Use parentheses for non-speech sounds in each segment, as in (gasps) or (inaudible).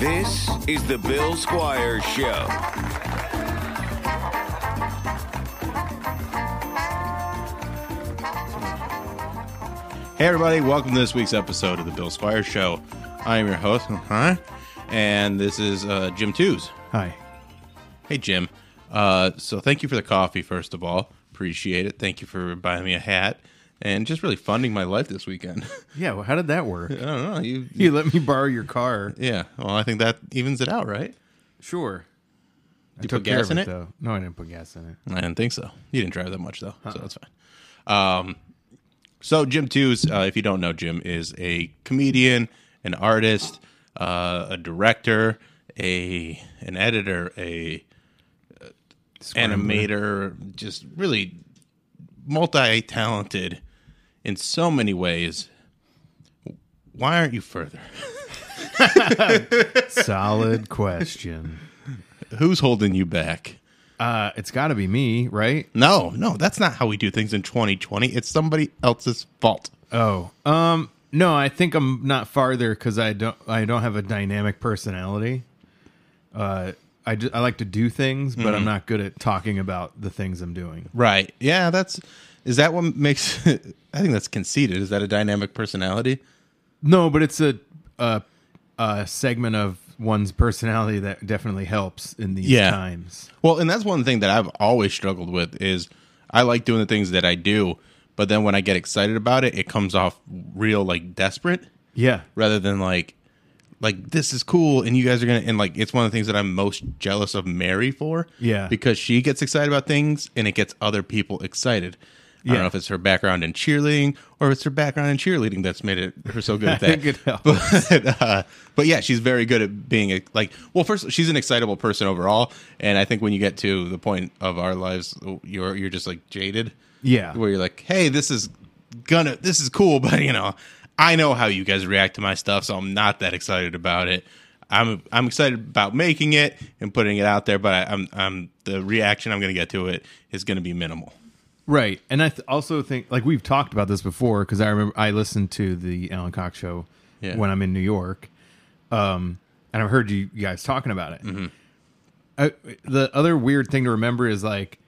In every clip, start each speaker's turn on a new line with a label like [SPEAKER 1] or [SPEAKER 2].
[SPEAKER 1] This is the Bill Squire Show.
[SPEAKER 2] Hey, everybody, welcome to this week's episode of The Bill Squire Show. I am your host, huh? and this is uh, Jim Twos.
[SPEAKER 3] Hi.
[SPEAKER 2] Hey, Jim. Uh, so, thank you for the coffee, first of all. Appreciate it. Thank you for buying me a hat and just really funding my life this weekend. (laughs)
[SPEAKER 3] Yeah, well, how did that work?
[SPEAKER 2] I don't know. You,
[SPEAKER 3] You let me borrow your car.
[SPEAKER 2] yeah. Well, I think that evens it out, right?
[SPEAKER 3] Sure. I
[SPEAKER 2] You put
[SPEAKER 3] took care
[SPEAKER 2] gas
[SPEAKER 3] of
[SPEAKER 2] in
[SPEAKER 3] it,
[SPEAKER 2] it?
[SPEAKER 3] though. No, I didn't put gas in it.
[SPEAKER 2] I didn't think so. You didn't drive that much though, so that's fine. Um, so Jim Twos, uh, if you don't know, Jim is a comedian, an artist, uh, a director, a an editor, a animator, just really multi-talented in so many ways. Why aren't you further? (laughs)
[SPEAKER 3] Solid question.
[SPEAKER 2] Who's holding you back?
[SPEAKER 3] Uh, it's got to be me, right?
[SPEAKER 2] No, no, that's not how we do things in 2020. It's somebody else's fault.
[SPEAKER 3] Oh, um, no, I think I'm not farther because I don't. I don't have a dynamic personality. Uh, I, ju- I like to do things, but
[SPEAKER 2] Mm-hmm.
[SPEAKER 3] I'm not good at talking about the things I'm doing.
[SPEAKER 2] Right. Yeah, that's is that what makes (laughs) I think that's conceited. Is that a dynamic personality?
[SPEAKER 3] No, but it's a a, a segment of one's personality that definitely helps in these
[SPEAKER 2] Yeah.
[SPEAKER 3] times.
[SPEAKER 2] Well, and that's one thing that I've always struggled with is I like doing the things that I do, but then when I get excited about it, it comes off real like desperate
[SPEAKER 3] Yeah,
[SPEAKER 2] rather than like like this is cool and you guys are going to and like it's one of the things that I'm most jealous of Mary for.
[SPEAKER 3] Yeah.
[SPEAKER 2] Because she gets excited about things and it gets other people excited. I
[SPEAKER 3] Yeah.
[SPEAKER 2] don't know if it's her background in cheerleading or if it's her background in cheerleading that's made it her so good
[SPEAKER 3] I (laughs)
[SPEAKER 2] at that.
[SPEAKER 3] think it
[SPEAKER 2] (laughs)
[SPEAKER 3] helps.
[SPEAKER 2] but, uh, but yeah, she's very good at being a, like. Well, first, she's an excitable person overall, and I think when you get to the point of our lives, you're you're just like jaded.
[SPEAKER 3] Yeah.
[SPEAKER 2] where you're like, hey, this is gonna, this is cool, (laughs) but you know, I know how you guys react to my stuff, so I'm not that excited about it. I'm I'm excited about making it and putting it out there, but I, I'm I'm the reaction I'm gonna get to it is gonna be minimal.
[SPEAKER 3] Right, and I th- also think like we've talked about this before because I remember I listened to the Alan Cox show
[SPEAKER 2] Yeah.
[SPEAKER 3] when I'm in New York, um, and I've heard you guys talking about it.
[SPEAKER 2] Mm-hmm.
[SPEAKER 3] I, the other weird thing to remember is like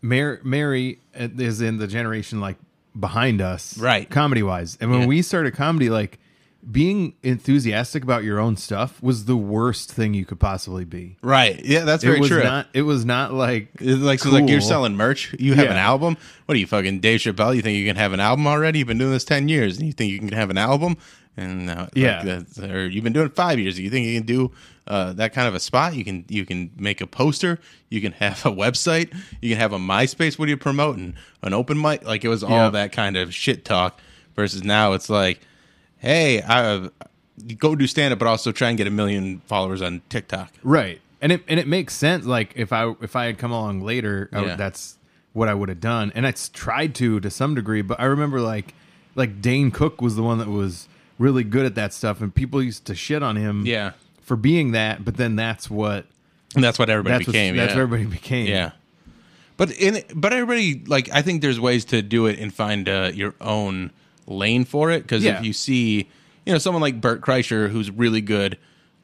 [SPEAKER 3] Mary, Mary uh, is in the generation like behind us,
[SPEAKER 2] Right.
[SPEAKER 3] Comedy wise, and when
[SPEAKER 2] Yeah.
[SPEAKER 3] we started comedy, like being enthusiastic about your own stuff was the worst thing you could possibly be.
[SPEAKER 2] Right? Yeah, that's very
[SPEAKER 3] it was
[SPEAKER 2] true.
[SPEAKER 3] not. It was not like
[SPEAKER 2] It's like, so like you're
[SPEAKER 3] cool.
[SPEAKER 2] selling merch. You have an
[SPEAKER 3] Yeah.
[SPEAKER 2] album. What are you fucking Dave Chappelle? You think you can have an album already? You've been doing this ten years, and you think you can have an album? And uh, like
[SPEAKER 3] Yeah.
[SPEAKER 2] that's- or you've been doing five years. You think you can do uh, that kind of a spot? You can you can make a poster. You can have a website. You can have a MySpace. What are you promoting? An open mic? Like it was all
[SPEAKER 3] Yeah.
[SPEAKER 2] that kind of shit talk. Versus now, it's like, hey, I go do stand up, but also try and get a million followers on TikTok.
[SPEAKER 3] Right. And it and it makes sense. Like if I if I had come along later, I would-
[SPEAKER 2] Yeah.
[SPEAKER 3] that's what I would have done. And I s- tried to to some degree, but I remember like like Dane Cook was the one that was really good at that stuff, and people used to shit on him.
[SPEAKER 2] Yeah.
[SPEAKER 3] For being that, but then that's what
[SPEAKER 2] And that's what everybody
[SPEAKER 3] that's what,
[SPEAKER 2] became.
[SPEAKER 3] that's
[SPEAKER 2] yeah.
[SPEAKER 3] what everybody became.
[SPEAKER 2] Yeah. But in but everybody like I think there's ways to do it and find uh, your own lane for it because
[SPEAKER 3] Yeah.
[SPEAKER 2] if you see you know someone like Bert Kreischer who's really good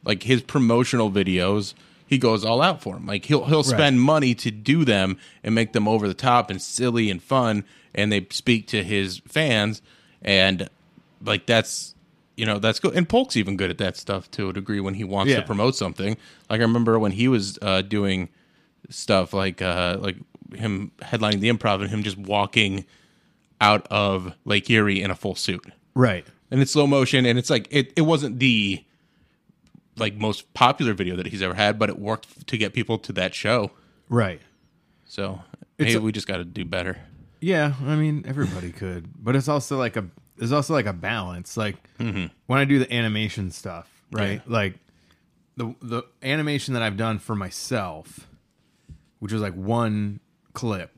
[SPEAKER 2] like his promotional videos he goes all out for them like he'll he'll spend money to do them and make them over the top and silly and fun and they speak to his fans and like that's you know that's good and Polk's even good at that stuff to a degree when he wants
[SPEAKER 3] Yeah.
[SPEAKER 2] to promote something like I remember when he was uh, doing stuff like uh like him headlining the improv and him just walking out of Lake Erie in a full suit.
[SPEAKER 3] Right.
[SPEAKER 2] And it's slow motion and it's like it, it wasn't the like most popular video that he's ever had, but it worked to get people to that show.
[SPEAKER 3] Right.
[SPEAKER 2] So Maybe
[SPEAKER 3] It's-
[SPEAKER 2] we just got to do better.
[SPEAKER 3] Yeah, I mean everybody could, but it's also like a there's also like a balance. Like when I do the animation stuff, right? Like the the animation that I've done for myself, which was like one clip,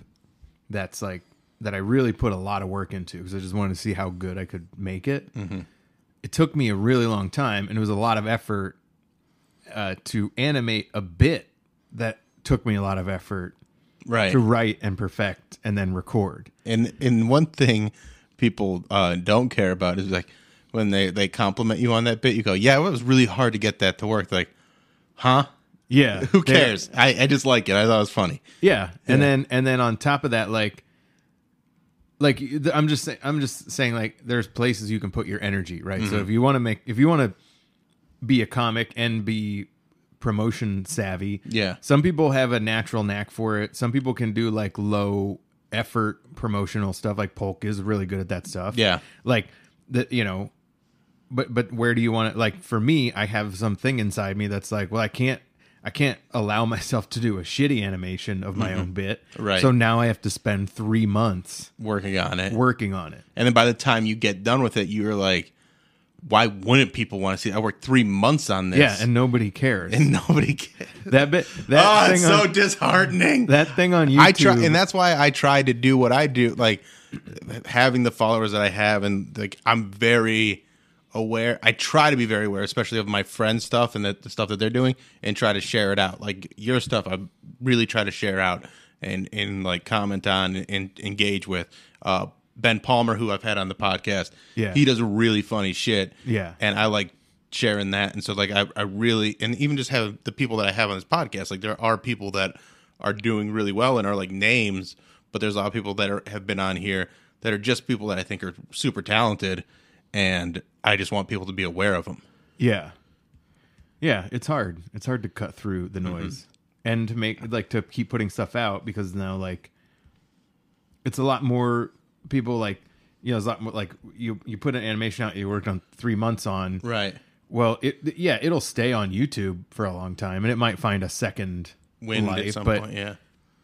[SPEAKER 3] that's like that I really put a lot of work into because I just wanted to see how good I could make it. It took me a really long time, and it was a lot of effort uh, to animate a bit that took me a lot of effort
[SPEAKER 2] Right.
[SPEAKER 3] to write and perfect and then record.
[SPEAKER 2] And and one thing people uh, don't care about is like when they they compliment you on that bit, you go, "Yeah, well, it was really hard to get that to work." They're like, huh?
[SPEAKER 3] Yeah.
[SPEAKER 2] (laughs) Who
[SPEAKER 3] They-
[SPEAKER 2] cares? I, I just like it. I thought it was funny.
[SPEAKER 3] Yeah. And then and then on top of that, like like th- I'm just saying I'm just saying like there's places you can put your energy, right?
[SPEAKER 2] Mm-hmm.
[SPEAKER 3] So if you want to make if you want to be a comic and be promotion savvy,
[SPEAKER 2] Yeah.
[SPEAKER 3] Some people have a natural knack for it. Some people can do like low effort promotional stuff. Like Polk is really good at that stuff.
[SPEAKER 2] Yeah.
[SPEAKER 3] Like that, you know, but but where do you want to like for me i have something inside me that's like well i can't i can't allow (laughs) myself to do a shitty animation of my own bit
[SPEAKER 2] Mm-hmm. Right.
[SPEAKER 3] so now i have to spend three months
[SPEAKER 2] Working on it,
[SPEAKER 3] working on it
[SPEAKER 2] and then by the time you get done with it, you're like, "Why wouldn't people want to see? It? I worked three months on this,
[SPEAKER 3] yeah and nobody
[SPEAKER 2] (laughs)
[SPEAKER 3] cares
[SPEAKER 2] and nobody cares.
[SPEAKER 3] that bit that
[SPEAKER 2] (laughs) Oh,
[SPEAKER 3] thing
[SPEAKER 2] it's so
[SPEAKER 3] on,
[SPEAKER 2] disheartening.
[SPEAKER 3] that thing on youtube
[SPEAKER 2] I try, and that's why I try to do what I do. Like having the followers that I have, and like I'm very aware. I try to be very aware, especially of my friends' stuff and the, the stuff that they're doing, and try to share it out. Like your stuff, I really try to share out and and like comment on and, engage with. Uh, ben Palmer, who I've had on the podcast,
[SPEAKER 3] Yeah.
[SPEAKER 2] he does really funny shit.
[SPEAKER 3] Yeah.
[SPEAKER 2] and I like sharing that. And so like I, I really and even just have the people that I have on this podcast, like there are people that are doing really well and are like names, but there's a lot of people that are, have been on here that are just people that I think are super talented and I just want people to be aware of them.
[SPEAKER 3] yeah yeah it's hard it's hard to cut through the
[SPEAKER 2] Mm-hmm.
[SPEAKER 3] noise and to make like to keep putting stuff out because now like it's a lot more people like you know it's a lot more like you you put an animation out you worked on three months on
[SPEAKER 2] Right.
[SPEAKER 3] well it yeah it'll stay on youtube for a long time and it might find a second
[SPEAKER 2] Wind
[SPEAKER 3] life
[SPEAKER 2] at some
[SPEAKER 3] but
[SPEAKER 2] point, yeah.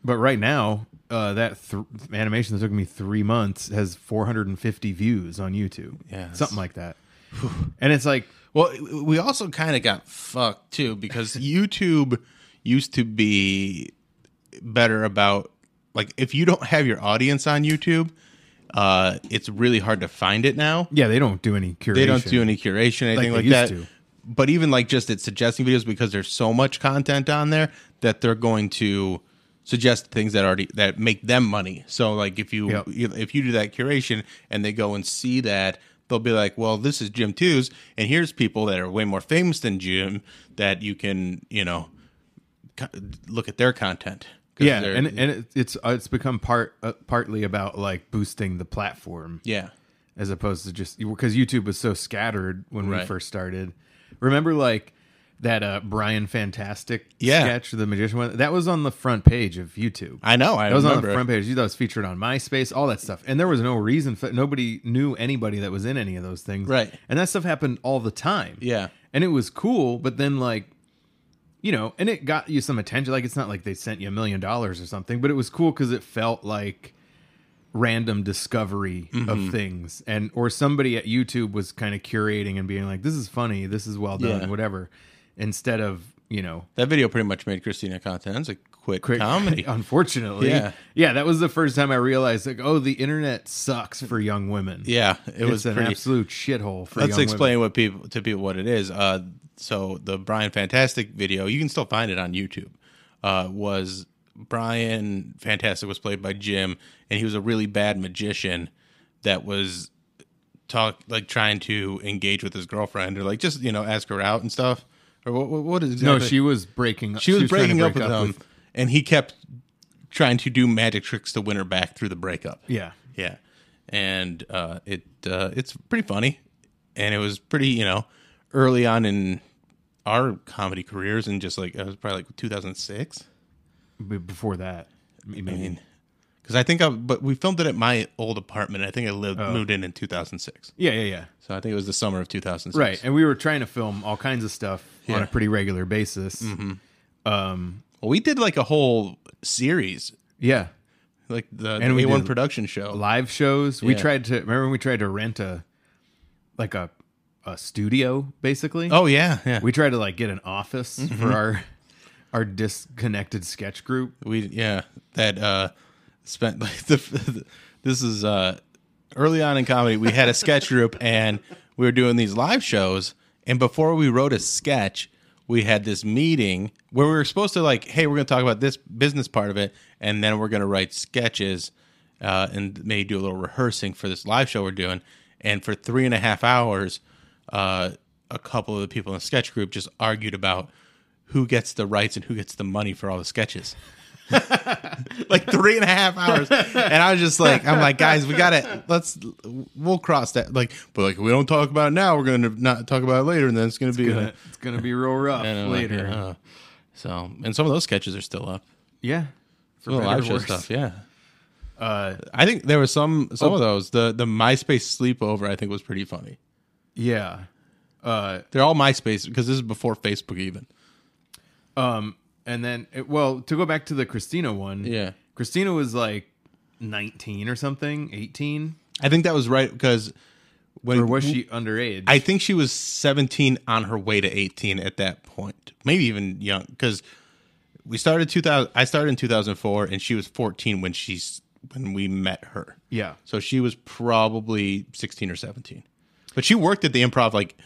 [SPEAKER 3] but right now uh that th- animation that took me three months has 450 views on youtube
[SPEAKER 2] Yeah, that's-
[SPEAKER 3] something like that and it's like
[SPEAKER 2] Well, we also kind of got fucked too because YouTube used to be better about like if you don't have your audience on YouTube, uh, it's really hard to find it now.
[SPEAKER 3] yeah they don't do any curation
[SPEAKER 2] They don't do any curation, anything
[SPEAKER 3] they
[SPEAKER 2] like,
[SPEAKER 3] used
[SPEAKER 2] that.
[SPEAKER 3] to.
[SPEAKER 2] But even like just at suggesting videos because there's so much content on there that they're going to suggest things that already that make them money. So like if you
[SPEAKER 3] Yep.
[SPEAKER 2] if you do that curation and they go and see that they'll be like, "Well, this is Jim Two's and here's people that are way more famous than Jim that you can, you know, co- look at their content." 'Cause
[SPEAKER 3] yeah
[SPEAKER 2] they're-
[SPEAKER 3] and, and it, it's uh, it's become part uh, partly about like boosting the platform
[SPEAKER 2] yeah.
[SPEAKER 3] as opposed to just because youtube was so scattered when we
[SPEAKER 2] Right.
[SPEAKER 3] first started remember like that uh brian fantastic
[SPEAKER 2] Yeah.
[SPEAKER 3] sketch the magician one that was on the front page of youtube
[SPEAKER 2] I know. I
[SPEAKER 3] that was on
[SPEAKER 2] remember.
[SPEAKER 3] the front page. That was featured on MySpace, all that stuff, and there was no reason for nobody knew anybody that was in any of those things,
[SPEAKER 2] Right.
[SPEAKER 3] And that stuff happened all the time,
[SPEAKER 2] Yeah.
[SPEAKER 3] And it was cool, but then like, you know, and it got you some attention. Like it's not like they sent you a million dollars or something, but it was cool because it felt like random discovery
[SPEAKER 2] Mm-hmm.
[SPEAKER 3] of things, and or somebody at YouTube was kind of curating and being like, "This is funny. This is well done.
[SPEAKER 2] Yeah.
[SPEAKER 3] Whatever," instead of you know
[SPEAKER 2] that video pretty much made Christina Contentza quit,
[SPEAKER 3] quick (laughs) Oh.
[SPEAKER 2] comedy.
[SPEAKER 3] Unfortunately,
[SPEAKER 2] Yeah.
[SPEAKER 3] yeah, that was the first time I realized like, oh, the internet sucks for young women.
[SPEAKER 2] Yeah, it
[SPEAKER 3] it
[SPEAKER 2] was
[SPEAKER 3] was an
[SPEAKER 2] pretty.
[SPEAKER 3] absolute shithole for.
[SPEAKER 2] Let's
[SPEAKER 3] young
[SPEAKER 2] explain what people to people what it is. Uh, so the Brian Fantastic video, you can still find it on YouTube. Uh, was Brian Fantastic was played by Jim, and he was a really bad magician that was talk like trying to engage with his girlfriend or like just you know ask her out and stuff. Or what? What, what is
[SPEAKER 3] Women. No,
[SPEAKER 2] exactly-
[SPEAKER 3] she was breaking.
[SPEAKER 2] she was
[SPEAKER 3] trying to
[SPEAKER 2] breaking up
[SPEAKER 3] break
[SPEAKER 2] with him, and he kept trying to do magic tricks to win her back through the breakup.
[SPEAKER 3] yeah,
[SPEAKER 2] Yeah, and uh, it uh, it's pretty funny, and it was pretty you know early on in our comedy careers, and just like it was probably like 2006.
[SPEAKER 3] b- before that, maybe.
[SPEAKER 2] I mean, because I think I but we filmed it at my old apartment. I think I lived
[SPEAKER 3] Oh.
[SPEAKER 2] moved in in 2006,
[SPEAKER 3] yeah, yeah, yeah.
[SPEAKER 2] so I think it was the summer of 2006.
[SPEAKER 3] Right, and we were trying to film all kinds of stuff on
[SPEAKER 2] Yeah. Mm-hmm.
[SPEAKER 3] a pretty regular basis.
[SPEAKER 2] Well, we did like a whole series
[SPEAKER 3] Yeah,
[SPEAKER 2] like the,
[SPEAKER 3] And
[SPEAKER 2] the
[SPEAKER 3] we
[SPEAKER 2] A1
[SPEAKER 3] did
[SPEAKER 2] production show.
[SPEAKER 3] live shows. We
[SPEAKER 2] Yeah.
[SPEAKER 3] tried to remember when we tried to rent a like a a studio basically.
[SPEAKER 2] Oh Mm-hmm. yeah, yeah.
[SPEAKER 3] we
[SPEAKER 2] We,
[SPEAKER 3] tried to like get an office for our our disconnected sketch group.
[SPEAKER 2] yeah that uh spent (laughs) like the, the this is uh early on in comedy we had a sketch group (laughs) and we were doing these live shows and before we wrote a sketch we had this meeting where we were supposed to like hey we're going to talk about this business part of it and then we're going to write sketches uh, and maybe do a little rehearsing for this live show we're doing and for three and a half hours uh, a couple of the people in the sketch group just argued about who gets the rights and who gets the money for all the sketches like three and a half hours. And I was just like, I'm like, guys, we got to Let's, we'll cross that. Like, but like, we don't talk about it now. We're going to not talk about it later. And then it's going to be a-
[SPEAKER 3] It's gonna be real rough
[SPEAKER 2] and I'm like,
[SPEAKER 3] later.
[SPEAKER 2] yeah, uh, so, and some of those sketches are still up.
[SPEAKER 3] yeah, for
[SPEAKER 2] Some of the live
[SPEAKER 3] better or
[SPEAKER 2] show
[SPEAKER 3] worse. Uh,
[SPEAKER 2] stuff. Yeah. I think there was some, some
[SPEAKER 3] Oh.
[SPEAKER 2] of those. The, the MySpace sleepover, I think was pretty funny.
[SPEAKER 3] Yeah. Uh,
[SPEAKER 2] They're all MySpace because this is before Facebook even.
[SPEAKER 3] and then it, well, to go back to the Christina one,
[SPEAKER 2] Yeah.
[SPEAKER 3] Christina was like nineteen or something, eighteen,
[SPEAKER 2] I think that was right because when
[SPEAKER 3] or was she underage?
[SPEAKER 2] I think she was 17 on her way to 18 at that point, maybe even young, because we started 2000. I started in 2004, and she was 14 when she's when we met her.
[SPEAKER 3] yeah,
[SPEAKER 2] So she was probably 16 or 17, but she worked at the improv like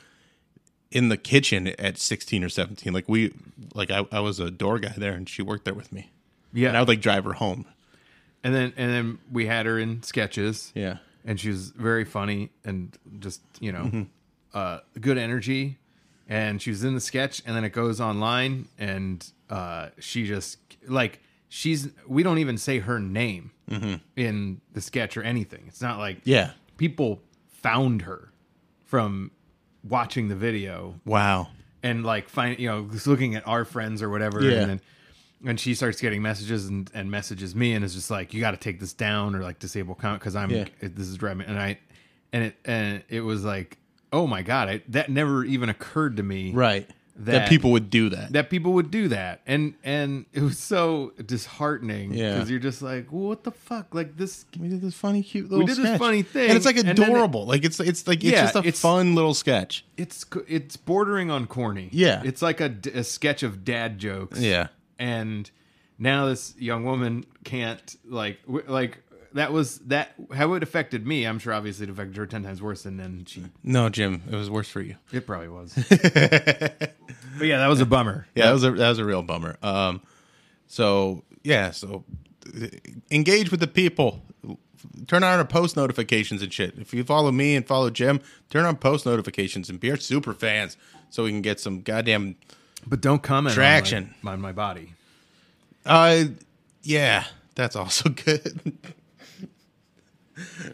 [SPEAKER 2] in the kitchen at 16 or 17. Like we, like I, I was a door guy there, and she worked there with me.
[SPEAKER 3] yeah.
[SPEAKER 2] And I would like drive her home.
[SPEAKER 3] and then and then we had her in sketches.
[SPEAKER 2] Yeah.
[SPEAKER 3] and she was very funny and just you know
[SPEAKER 2] Mm-hmm.
[SPEAKER 3] uh, good energy and she was in the sketch and then it goes online and uh, she just like she's we don't even say her name in the sketch or anything it's not like
[SPEAKER 2] Mm-hmm. Yeah.
[SPEAKER 3] people found her from watching the video
[SPEAKER 2] Wow.
[SPEAKER 3] and like find you know just looking at our friends or whatever
[SPEAKER 2] Yeah.
[SPEAKER 3] and then and she starts getting messages and, and messages me and is just like you got to take this down or like disable comment because i'm
[SPEAKER 2] Yeah.
[SPEAKER 3] this is driving and i and it and it was like oh my god I, that never even occurred to me
[SPEAKER 2] Right. That,
[SPEAKER 3] That-
[SPEAKER 2] people would do that.
[SPEAKER 3] that people would do that and and it was so disheartening
[SPEAKER 2] Yeah.
[SPEAKER 3] because you're just like what the fuck like this
[SPEAKER 2] We did this funny, cute little.
[SPEAKER 3] did this
[SPEAKER 2] sketch.
[SPEAKER 3] funny thing,
[SPEAKER 2] and it's like
[SPEAKER 3] and then it-
[SPEAKER 2] adorable. like it's it's like it's
[SPEAKER 3] Yeah,
[SPEAKER 2] just a
[SPEAKER 3] it's-
[SPEAKER 2] fun little sketch.
[SPEAKER 3] it's co- it's bordering on corny
[SPEAKER 2] Yeah.
[SPEAKER 3] it's like a, d- a sketch of dad jokes
[SPEAKER 2] Yeah.
[SPEAKER 3] and now this young woman can't like w- like that was that how it affected me i'm sure obviously it affected her 10 times worse and then she
[SPEAKER 2] No, Jim, it was worse for you.
[SPEAKER 3] it probably
[SPEAKER 2] (laughs)
[SPEAKER 3] was but yeah that was a bummer
[SPEAKER 2] Yeah, that was a that was a real bummer. Um, so yeah, so uh, engage with the people. Turn on our post notifications and shit. If you follow me and follow Jim, turn on post notifications and be our super fans so we can get some goddamn.
[SPEAKER 3] but don't comment on my-
[SPEAKER 2] Traction.
[SPEAKER 3] on my, body
[SPEAKER 2] Uh, yeah, that's (laughs) also good.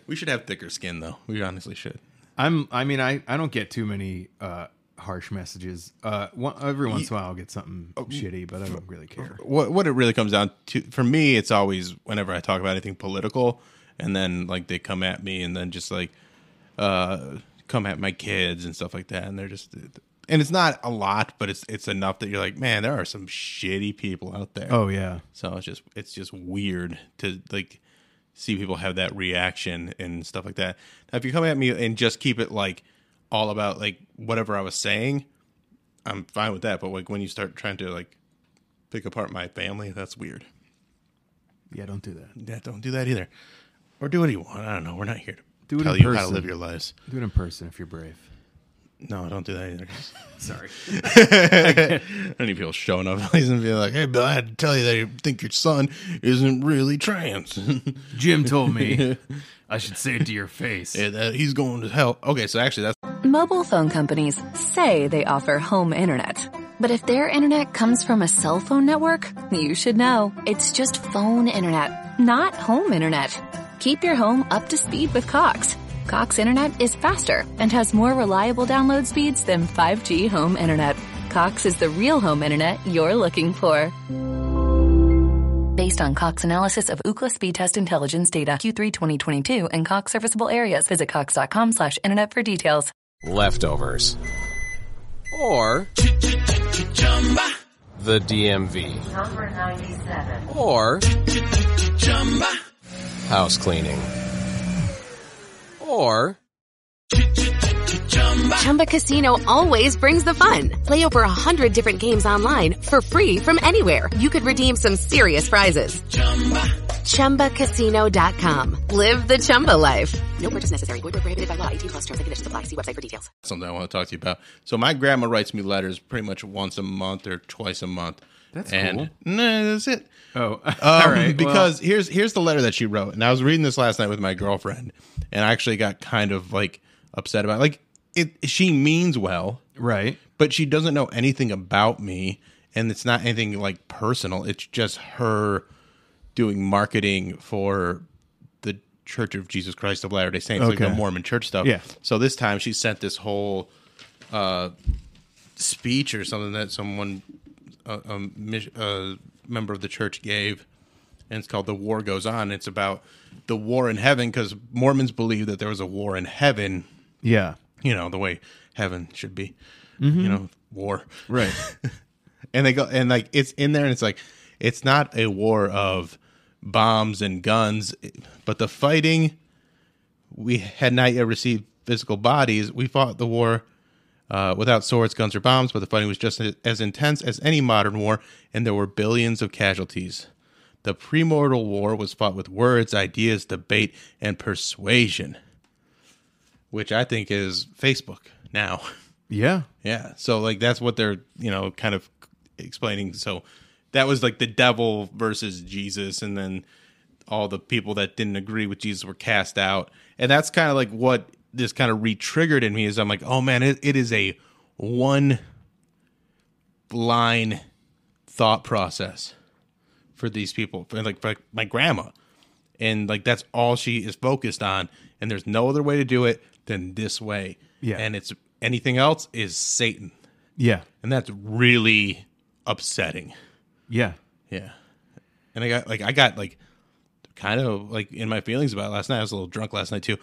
[SPEAKER 2] we should have thicker skin though. We honestly should.
[SPEAKER 3] i'm i mean i i don't get too many uh harsh messages uh one, every once in a while i'll get something
[SPEAKER 2] Oh.
[SPEAKER 3] shitty but i don't really care
[SPEAKER 2] what what it really comes down to for me it's always whenever i talk about anything political and then like they come at me and then just like uh come at my kids and stuff like that and they're just and it's not a lot but it's it's enough that you're like man there are some shitty people out there
[SPEAKER 3] oh yeah
[SPEAKER 2] so it's just it's just weird to like see people have that reaction and stuff like that. Now, if you come at me and just keep it like all about like whatever I was saying, I'm fine with that. But like when you start trying to like pick apart my family, that's weird.
[SPEAKER 3] yeah don't do that
[SPEAKER 2] Yeah, don't do that either. Or do what you want. I don't know. We're not here to
[SPEAKER 3] Do it
[SPEAKER 2] tell
[SPEAKER 3] in
[SPEAKER 2] you how to
[SPEAKER 3] person.
[SPEAKER 2] live your lives.
[SPEAKER 3] do it in person if you're brave
[SPEAKER 2] No, don't do that either.
[SPEAKER 3] (laughs) sorry
[SPEAKER 2] (laughs) I don't need people showing up (laughs) and being like, "Hey, Bill, I had to tell you that you think your son isn't really trans." (laughs)
[SPEAKER 3] jim told me i should say it to your face
[SPEAKER 2] Yeah, that- he's going to hell. Okay, so actually, that's
[SPEAKER 4] Mobile phone companies say they offer home internet. But if their internet comes from a cell phone network, you should know it's just phone internet, not home internet. Keep your home up to speed with Cox. Cox internet is faster and has more reliable download speeds than 5G home internet. Cox is the real home internet you're looking for. Based on Cox analysis of Ookla speed test intelligence data Q3 2022 and Cox serviceable areas, visit cox.com slash internet for details.
[SPEAKER 5] leftovers, or the DMV,
[SPEAKER 6] Number 97.
[SPEAKER 5] or house cleaning, or
[SPEAKER 6] Chumba Casino always brings the fun. Play over a hundred different games online for free from anywhere. You could redeem some serious prizes. ChumbaCasino.com. Live the Chumba life. No purchase necessary. Void where prohibited by law. 18 plus terms and conditions apply. See website for details.
[SPEAKER 2] something I want to talk to you about. So my grandma writes me letters pretty much once a month or twice a month.
[SPEAKER 3] That's
[SPEAKER 2] and
[SPEAKER 3] cool.
[SPEAKER 2] no, that's it.
[SPEAKER 3] Oh, (laughs)
[SPEAKER 2] Um,
[SPEAKER 3] all right.
[SPEAKER 2] Because here's here's the letter that she wrote, and I was reading this last night with my girlfriend, and I actually got kind of like upset about it. like it. She means well,
[SPEAKER 3] well, right.
[SPEAKER 2] but she doesn't know anything about me, and it's not anything like personal. It's just her doing marketing for the Church of Jesus Christ of Latter Day Saints, like
[SPEAKER 3] Okay.
[SPEAKER 2] the Mormon church stuff.
[SPEAKER 3] Yeah.
[SPEAKER 2] So this time she sent this whole uh, speech or something that someone, a a mis- a member of the church gave, and it's called "The War Goes On." It's about the war in heaven because Mormons believe that there was a war in heaven
[SPEAKER 3] Yeah.
[SPEAKER 2] you know the way heaven should be you know war
[SPEAKER 3] Right.
[SPEAKER 2] and they go and like it's in there and it's like it's not a war of bombs and guns but the fighting we had not yet received physical bodies we fought the war uh, without swords guns or bombs but the fighting was just as intense as any modern war and there were billions of casualties the premortal war was fought with words ideas debate and persuasion which i think is facebook now (laughs)
[SPEAKER 3] yeah.
[SPEAKER 2] yeah. So like that's what they're, you know, kind of explaining. So that was like the devil versus Jesus and then all the people that didn't agree with Jesus were cast out. And that's kind of like what this kind of re-triggered in me is I'm like, "Oh man, it, it is a one line thought process for these people." And like for my grandma and like that's all she is focused on and there's no other way to do it than this way
[SPEAKER 3] Yeah.
[SPEAKER 2] and it's anything else is satan
[SPEAKER 3] Yeah.
[SPEAKER 2] and that's really upsetting
[SPEAKER 3] Yeah.
[SPEAKER 2] yeah and i got like i got like kind of like in my feelings about it last night i was a little drunk last night too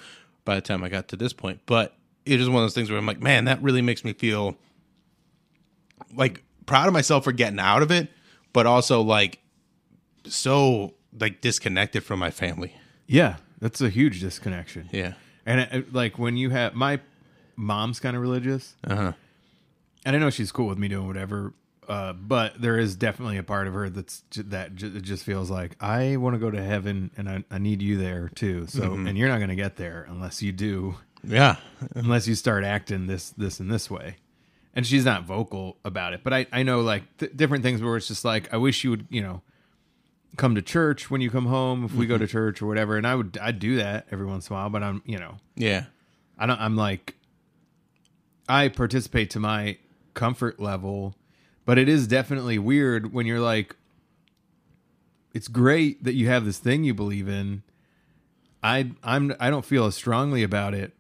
[SPEAKER 2] by the time i got to this point but it is one of those things where i'm like man that really makes me feel like proud of myself for getting out of it but also like so like disconnected from my family
[SPEAKER 3] Yeah. That's a huge disconnection.
[SPEAKER 2] yeah
[SPEAKER 3] And I- I- like when you have my mom's kind of religious, and I know she's cool with me doing whatever, uh, but there is definitely a part of her that's ju- that ju- that just feels like I want to go to heaven and I, I need you there too. So and you're not going to get there unless you do,
[SPEAKER 2] yeah
[SPEAKER 3] unless you start acting this this and this way. And she's not vocal about it, but I I know like th- different things where it's just like I wish you would you know come to church when you come home if we go to church or whatever. And I would I do that every once in a while, but I'm you know.
[SPEAKER 2] Yeah.
[SPEAKER 3] I don't. I'm like, I participate to my comfort level, but it is definitely weird when you're like, it's great that you have this thing you believe in. I I'm I don't feel as strongly about it,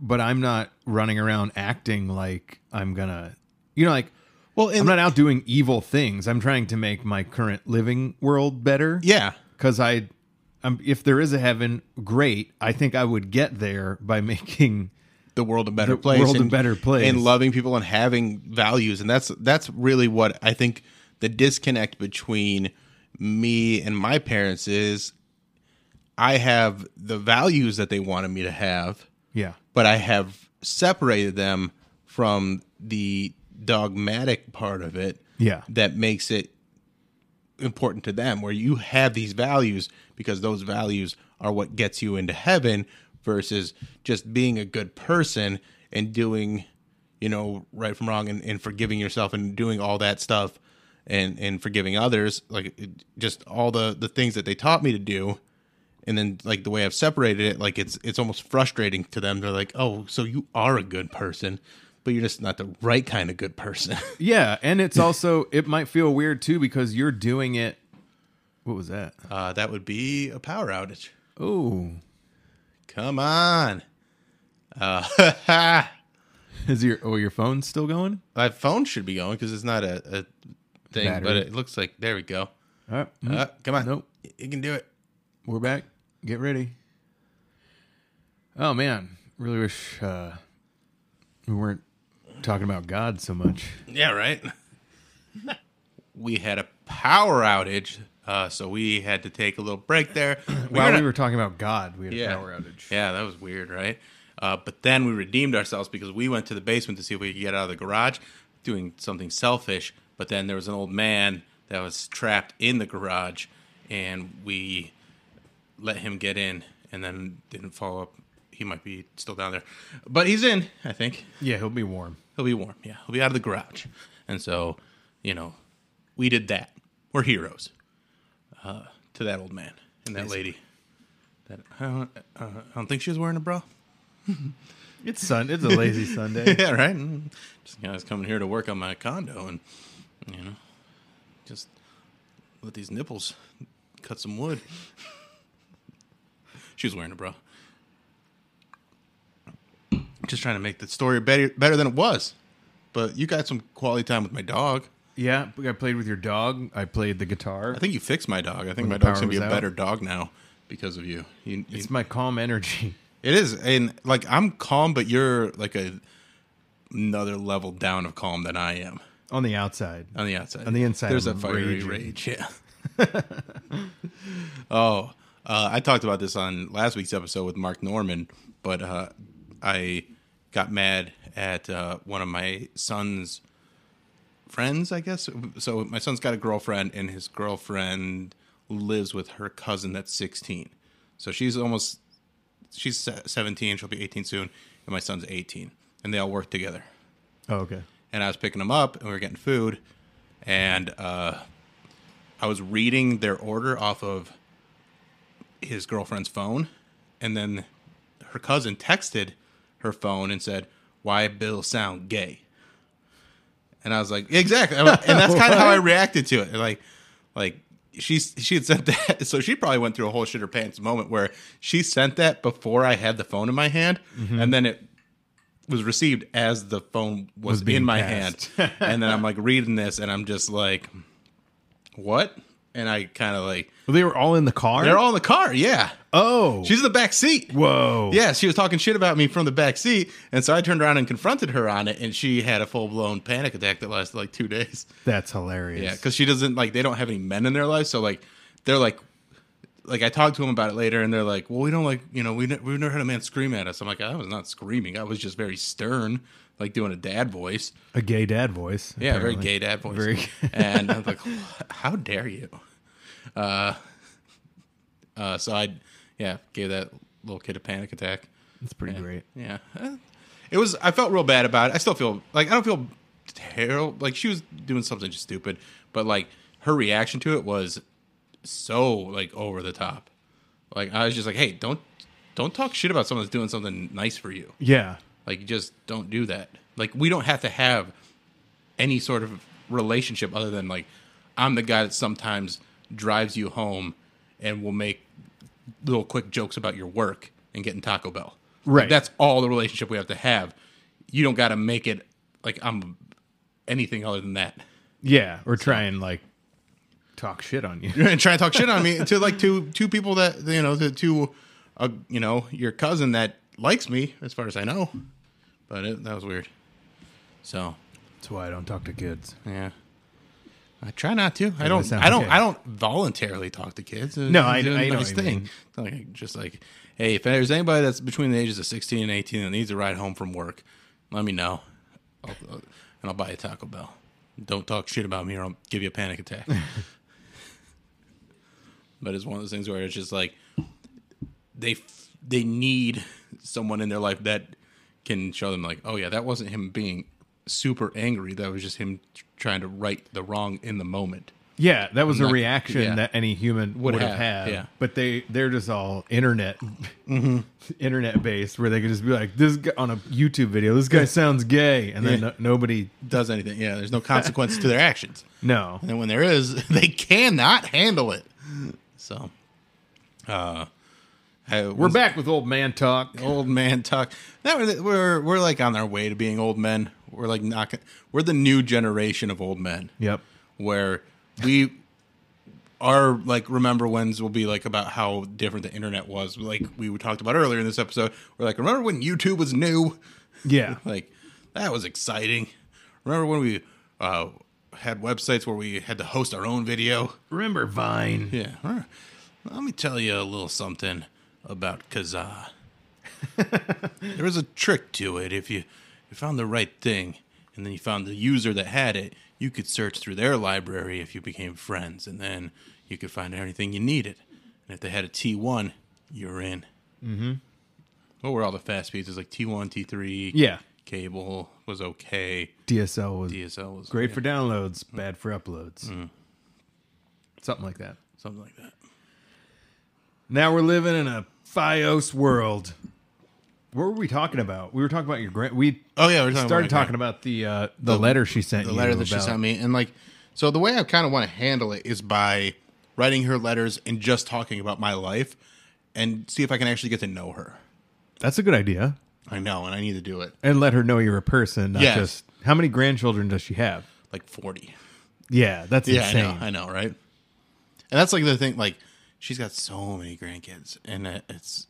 [SPEAKER 3] but I'm not running around acting like I'm gonna, you know, like.
[SPEAKER 2] Well, and
[SPEAKER 3] I'm not out doing evil things. I'm trying to make my current living world better
[SPEAKER 2] yeah.
[SPEAKER 3] because I, um, if there is a heaven, great. I think I would get there by (laughs) making
[SPEAKER 2] The world a better
[SPEAKER 3] The
[SPEAKER 2] place.
[SPEAKER 3] world a better place.
[SPEAKER 2] And loving people and having values. And that's that's really what I think the disconnect between me and my parents is I have the values that they wanted me to have,
[SPEAKER 3] yeah,
[SPEAKER 2] but I have separated them from the dogmatic part of it.
[SPEAKER 3] Yeah.
[SPEAKER 2] That makes it important to them where you have these values because those values are what gets you into heaven versus just being a good person and doing you know right from wrong and, and forgiving yourself and doing all that stuff and and forgiving others like it, just all the the things that they taught me to do and then like the way i've separated it like it's it's almost frustrating to them they're like oh so you are a good person but you're just not the right kind of good person (laughs)
[SPEAKER 3] yeah. And (laughs) it's also it might feel weird too because you're doing it. What was that?
[SPEAKER 2] uh, that would be a power outage
[SPEAKER 3] Oh,
[SPEAKER 2] Come on. Uh,
[SPEAKER 3] is your oh your phone's still going?
[SPEAKER 2] (laughs) My phone should be going because it's not a, a thing, but
[SPEAKER 3] Battery.
[SPEAKER 2] it looks like there we go.
[SPEAKER 3] All right, mm,
[SPEAKER 2] Uh, come on.
[SPEAKER 3] Nope.
[SPEAKER 2] Y- You can do it.
[SPEAKER 3] we're back. Get ready. Oh man, really wish uh, we weren't talking about God so much.
[SPEAKER 2] (laughs) Yeah, right. we had a power outage Uh, so we had to take a little break there. We
[SPEAKER 3] While
[SPEAKER 2] were
[SPEAKER 3] we
[SPEAKER 2] not-
[SPEAKER 3] were talking about God, we had
[SPEAKER 2] yeah.
[SPEAKER 3] a power outage.
[SPEAKER 2] Yeah, that was weird, right? Uh, but then we redeemed ourselves because we went to the basement to see if we could get out of the garage, doing something selfish. But then there was an old man that was trapped in the garage, and we let him get in, and then didn't follow up. He might be still down there, but he's in. I think
[SPEAKER 3] Yeah, he'll be warm.
[SPEAKER 2] he'll be warm. Yeah, he'll be out of the garage, and so you know, we did that. We're heroes uh, to that old man and that lady. That I don't, uh, I don't think she was wearing a bra.
[SPEAKER 3] It's sun. It's a lazy (laughs) Sunday.
[SPEAKER 2] (laughs) yeah, right. Mm. Just you know, I was coming here to work on my condo, and you know, just let these nipples cut some wood. (laughs) she was wearing a bra. Just trying to make the story better better than it was. But you got some quality time with my dog.
[SPEAKER 3] Yeah, I played with your dog. I played the guitar.
[SPEAKER 2] I think you fixed my dog. I think
[SPEAKER 3] When
[SPEAKER 2] my
[SPEAKER 3] the
[SPEAKER 2] dog's
[SPEAKER 3] power
[SPEAKER 2] gonna be
[SPEAKER 3] was
[SPEAKER 2] a
[SPEAKER 3] out.
[SPEAKER 2] better dog now because of you. you, you
[SPEAKER 3] it's my calm energy. (laughs)
[SPEAKER 2] It is, and like I'm calm, but you're like a another level down of calm than I am.
[SPEAKER 3] On the outside,
[SPEAKER 2] on the outside.
[SPEAKER 3] On the inside,
[SPEAKER 2] there's
[SPEAKER 3] I'm
[SPEAKER 2] a fiery
[SPEAKER 3] raging.
[SPEAKER 2] rage. Yeah. (laughs) oh, uh, I talked about this on last week's episode with Mark Norman, but uh, I got mad at uh, one of my son's friends, I guess. So my son's got a girlfriend, and his girlfriend lives with her cousin that's 16. So she's almost she's se- 17. She'll be 18 soon, and my son's 18, and they all work together
[SPEAKER 3] Oh, okay.
[SPEAKER 2] and I was picking them up and we were getting food and uh, I was reading their order off of his girlfriend's phone and then her cousin texted her phone and said, "Why Bill sound gay?" And I was like, "Exactly." And that's
[SPEAKER 3] (laughs)
[SPEAKER 2] kind of how I reacted to it. Like like she she had sent that (laughs) so she probably went through a whole shit her pants moment where she sent that before I had the phone in my hand
[SPEAKER 3] Mm-hmm.
[SPEAKER 2] and then it was received as the phone was,
[SPEAKER 3] being
[SPEAKER 2] in my
[SPEAKER 3] passed. (laughs)
[SPEAKER 2] hand. and then I'm like reading this and I'm just like, what? And I kind of like,
[SPEAKER 3] Well, they were all in the car.
[SPEAKER 2] they're all in the car. Yeah.
[SPEAKER 3] Oh,
[SPEAKER 2] She's in the back seat.
[SPEAKER 3] whoa.
[SPEAKER 2] Yeah, she was talking shit about me from the back seat. And so I turned around and confronted her on it. And she had a full blown panic attack that lasted like two days.
[SPEAKER 3] that's hilarious.
[SPEAKER 2] Yeah, because she doesn't like they don't have any men in their life, so like they're like, like I talked to them about it later, and they're like, well, we don't like you know we ne- we've never had a man scream at us. I'm like, I was not screaming, I was just very stern, like doing a dad voice.
[SPEAKER 3] a gay dad voice.
[SPEAKER 2] Yeah, very
[SPEAKER 3] apparently.
[SPEAKER 2] gay dad voice.
[SPEAKER 3] Very-
[SPEAKER 2] (laughs) and I'm like, how dare you? Uh, uh, so I, yeah, gave that little kid a panic attack.
[SPEAKER 3] That's pretty great.
[SPEAKER 2] Yeah. Uh, It was I felt real bad about it. I still feel like I don't feel terrible like she was doing something just stupid, but like her reaction to it was so like over the top. Like I was just like, "Hey, don't don't talk shit about someone that's doing something nice for you.
[SPEAKER 3] Yeah.
[SPEAKER 2] Like just don't do that. Like we don't have to have any sort of relationship other than like I'm the guy that sometimes drives you home and will make little quick jokes about your work and getting Taco Bell. Like,
[SPEAKER 3] Right.
[SPEAKER 2] that's all the relationship we have to have. You don't got to make it like I'm anything other than that.
[SPEAKER 3] Yeah. Or try and like talk shit on you.
[SPEAKER 2] (laughs) and try to talk shit on me to like two two people that you know to to uh, you know your cousin that likes me as far as I know. But it, that was weird. So
[SPEAKER 3] (laughs) That's why I don't talk to kids.
[SPEAKER 2] Yeah. I try not to. I don't.
[SPEAKER 3] sound
[SPEAKER 2] I don't.
[SPEAKER 3] okay.
[SPEAKER 2] I don't voluntarily talk to kids. Uh,
[SPEAKER 3] No, I-
[SPEAKER 2] do
[SPEAKER 3] I know what you
[SPEAKER 2] thing.
[SPEAKER 3] mean.
[SPEAKER 2] Like, just like, hey, if there's anybody that's between the ages of sixteen and eighteen that needs a ride home from work, let me know, I'll, I'll- and I'll buy you Taco Bell. Don't talk shit about me, or I'll give you a panic (laughs) attack. but it's one of those things where it's just like they f- they need someone in their life that can show them like oh yeah that wasn't him being super angry that was just him tr- trying to right the wrong in the moment
[SPEAKER 3] Yeah, that was a
[SPEAKER 2] Like,
[SPEAKER 3] reaction
[SPEAKER 2] yeah.
[SPEAKER 3] that any human would, have, had.
[SPEAKER 2] yeah. Mm-hmm.
[SPEAKER 3] But they they're just all internet (laughs) internet based where they could just be like this guy on a YouTube video. This guy sounds gay, and then
[SPEAKER 2] Yeah.
[SPEAKER 3] no- nobody
[SPEAKER 2] does anything yeah there's no consequence to their (laughs) actions
[SPEAKER 3] no.
[SPEAKER 2] and when there is (laughs) they cannot handle it so uh I
[SPEAKER 3] We're
[SPEAKER 2] was-
[SPEAKER 3] back with old man talk.
[SPEAKER 2] old man talk now we're, we're we're like on our way to being old men we're like knocking we're the new generation of old men
[SPEAKER 3] Yep.
[SPEAKER 2] where we our like remember whens will be like about how different the internet was like we talked about earlier in this episode we're like remember when youtube was new
[SPEAKER 3] Yeah.
[SPEAKER 2] (laughs) like that was exciting remember when we uh had websites where we had to host our own video.
[SPEAKER 3] Remember Vine?
[SPEAKER 2] Yeah. Huh. Let me tell you a little something about
[SPEAKER 3] (laughs)
[SPEAKER 2] Kazaa. there was a trick to it. If you, you found the right thing and then you found the user that had it, you could search through their library if you became friends and then you could find anything you needed. And if they had a T1, you're in. Mm-hmm. What were all the fast speeds? It was like T1, T3.
[SPEAKER 3] Yeah.
[SPEAKER 2] Cable was okay.
[SPEAKER 3] DSL was
[SPEAKER 2] DSL was
[SPEAKER 3] great for downloads,
[SPEAKER 2] Mm.
[SPEAKER 3] bad for uploads. Something like that.
[SPEAKER 2] something like that.
[SPEAKER 3] Now we're living in a FiOS world. What were we talking about? We were talking about your grant. We
[SPEAKER 2] Oh yeah, we're talking
[SPEAKER 3] started
[SPEAKER 2] about my
[SPEAKER 3] talking about the uh, the, letter she sent.
[SPEAKER 2] the
[SPEAKER 3] you
[SPEAKER 2] letter that she
[SPEAKER 3] about-
[SPEAKER 2] sent me and like so the way i kind of want to handle it is by writing her letters and just talking about my life and see if i can actually get to know her
[SPEAKER 3] That's a good idea.
[SPEAKER 2] i know and i need to do it
[SPEAKER 3] And let her know you're a person, not
[SPEAKER 2] Yes.
[SPEAKER 3] just how many grandchildren does she have?
[SPEAKER 2] like 40
[SPEAKER 3] Yeah, that's
[SPEAKER 2] yeah
[SPEAKER 3] insane.
[SPEAKER 2] i know i know right and that's like the thing like she's got so many grandkids and it- it's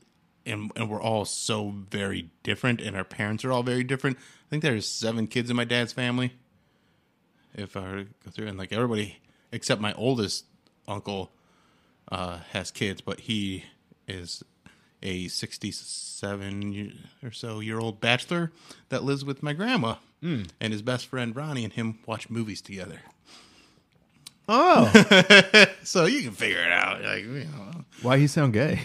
[SPEAKER 2] and, and we're all so very different and our parents are all very different i think there's seven kids in my dad's family if i were to go through and like everybody except my oldest uncle uh, has kids, but he is a 67 year- or so year old bachelor that lives with my grandma.
[SPEAKER 3] Hmm.
[SPEAKER 2] And his best friend Ronnie and him watch movies together. Oh, so you can figure it out. Like, you know.
[SPEAKER 3] Why he sound gay?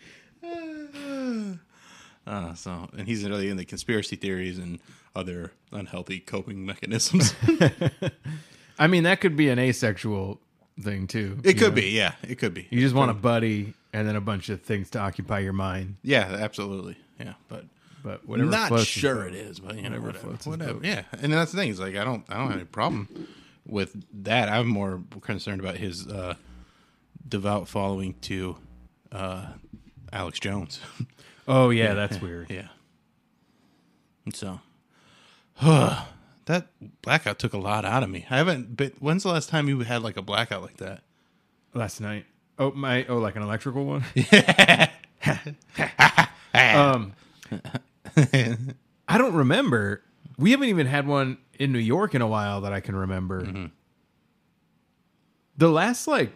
[SPEAKER 2] (laughs) Uh, so, and he's really into conspiracy theories and other unhealthy coping mechanisms.
[SPEAKER 3] I mean, that could be an asexual thing too.
[SPEAKER 2] (laughs) it
[SPEAKER 3] you
[SPEAKER 2] could
[SPEAKER 3] know?
[SPEAKER 2] be, yeah, it could be.
[SPEAKER 3] You just want a buddy and then a bunch of things to occupy your mind.
[SPEAKER 2] yeah, absolutely, yeah. But
[SPEAKER 3] But whatever.
[SPEAKER 2] not
[SPEAKER 3] floats your
[SPEAKER 2] sure
[SPEAKER 3] boat.
[SPEAKER 2] it is, but you know,
[SPEAKER 3] Whatever
[SPEAKER 2] whatever.
[SPEAKER 3] floats his
[SPEAKER 2] whatever. Yeah, and that's the thing is like I don't, I don't have any problem with that. I'm more concerned about his uh, devout following to uh, Alex Jones. (laughs)
[SPEAKER 3] Oh yeah, that's weird.
[SPEAKER 2] yeah. And so, that blackout took a lot out of me. I haven't. But when's the last time you had like a blackout like that?
[SPEAKER 3] Last night. Oh my. Oh, like an electrical one.
[SPEAKER 2] (laughs)
[SPEAKER 3] um, I don't remember. We haven't even had one in New York in a while that I can remember. The last like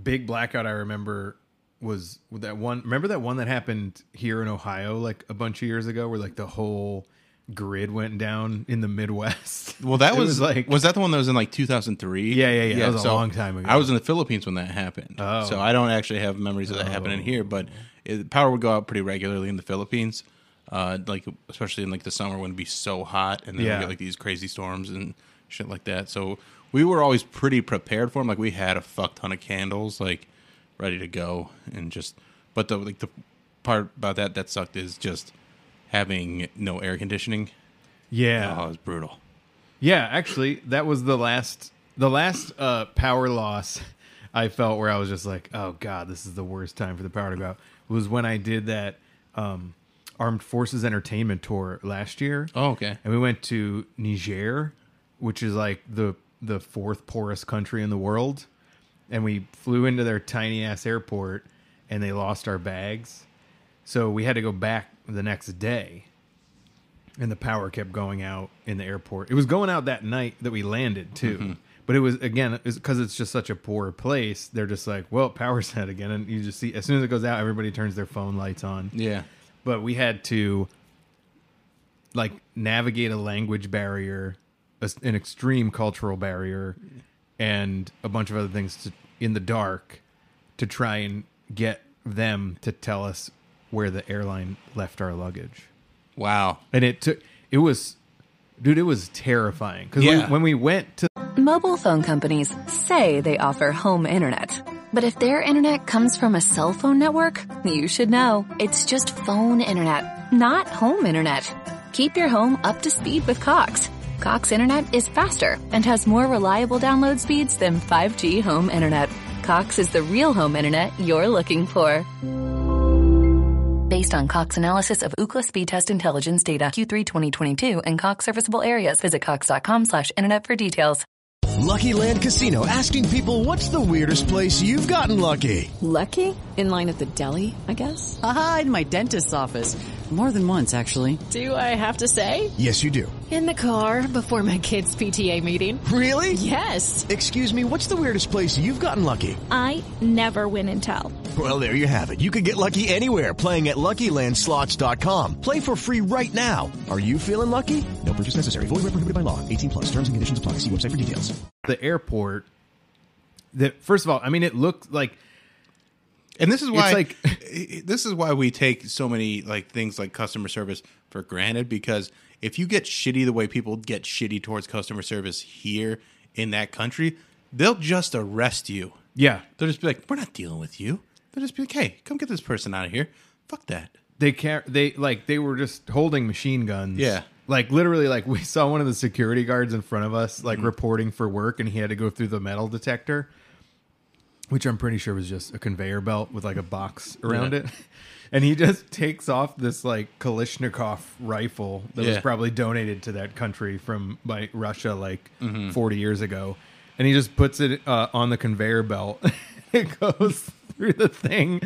[SPEAKER 3] big blackout I remember was with that one. Remember that one that happened here in Ohio like a bunch of years ago, where like the whole grid went down in the Midwest.
[SPEAKER 2] Well, that
[SPEAKER 3] It
[SPEAKER 2] was, like was that the one that was in like 2003?
[SPEAKER 3] Yeah, yeah, yeah. That was a long time ago. Oh.
[SPEAKER 2] I was in the Philippines when that happened, so I don't actually have memories of that happening here. But it, power would go out pretty regularly in the Philippines, uh, like especially in like the summer when it'd be so hot, and then
[SPEAKER 3] Yeah.
[SPEAKER 2] we get like these crazy storms and shit like that. So we were always pretty prepared for them. Like we had a fuck ton of candles, like ready to go, and just. But the like the part about that that sucked is just having no air conditioning.
[SPEAKER 3] yeah.
[SPEAKER 2] Oh, it was brutal.
[SPEAKER 3] Yeah, actually, that was the last the last uh, power loss I felt where I was just like, oh god, this is the worst time for the power to go. out," Was when I did that um, Armed Forces Entertainment tour last year.
[SPEAKER 2] Oh, okay.
[SPEAKER 3] and we went to Niger, which is like the the fourth poorest country in the world, and we flew into their tiny ass airport, and they lost our bags, so we had to go back the next day and the power kept going out in the airport. It was going out that night that we landed too. But it was again because it's just such a poor place. They're just like, well, power's out again, and you just see as soon as it goes out, everybody turns their phone lights on.
[SPEAKER 2] Yeah.
[SPEAKER 3] But we had to like navigate a language barrier, a s- an extreme cultural barrier, and a bunch of other things to, in the dark to try and get them to tell us where the airline left our luggage
[SPEAKER 2] Wow.
[SPEAKER 3] and it took it was dude it was terrifying because
[SPEAKER 2] Yeah.
[SPEAKER 3] when, we went to
[SPEAKER 4] Mobile phone companies say they offer home internet. But if their internet comes from a cell phone network, you should know it's just phone internet, not home internet. Keep your home up to speed with Cox. Cox internet is faster and has more reliable download speeds than 5G home internet. Cox is the real home internet you're looking for. Based on Cox analysis of Ookla speed test intelligence data Q3 2022 and Cox serviceable areas, visit cox.com/internet slash internet for details.
[SPEAKER 7] Lucky Land Casino asking people what's the weirdest place you've gotten lucky?
[SPEAKER 8] Lucky? In line at the deli, I guess?
[SPEAKER 9] Aha, in my dentist's office. More than once, actually.
[SPEAKER 8] Do I have to say?
[SPEAKER 7] Yes, you do.
[SPEAKER 10] In the car before my kids' PTA meeting.
[SPEAKER 7] Really?
[SPEAKER 10] Yes.
[SPEAKER 7] Excuse me, what's the weirdest place you've gotten lucky?
[SPEAKER 11] I never win and tell.
[SPEAKER 7] Well, there you have it. You can get lucky anywhere playing at LuckyLandSlots.com. Play for free right now. Are you feeling lucky? No purchase necessary. Void where prohibited by law. 18 plus. Terms and conditions apply. See website for details.
[SPEAKER 3] the airport. That first of all, I mean, it looked like
[SPEAKER 2] And this is why,
[SPEAKER 3] like-
[SPEAKER 2] like, (laughs) this is why we take so many like things like customer service for granted. Because if you get shitty the way people get shitty towards customer service here in that country, they'll just arrest you.
[SPEAKER 3] yeah,
[SPEAKER 2] They'll just be like, "We're not dealing with you." They'll just be like, "Hey, come get this person out of here." Fuck that.
[SPEAKER 3] they can't they like they were just holding machine guns
[SPEAKER 2] Yeah.
[SPEAKER 3] like literally like (laughs) we saw one of the security guards in front of us
[SPEAKER 2] Mm-hmm.
[SPEAKER 3] like reporting for work and he had to go through the metal detector which i'm pretty sure was just a conveyor belt with like a box around
[SPEAKER 2] Yeah.
[SPEAKER 3] it (laughs) and he just takes off this like kalishnikov rifle that was
[SPEAKER 2] Yeah.
[SPEAKER 3] probably donated to that country from by russia like
[SPEAKER 2] Mm-hmm.
[SPEAKER 3] 40 years ago and he just puts it uh, on the conveyor belt (laughs) it goes through the thing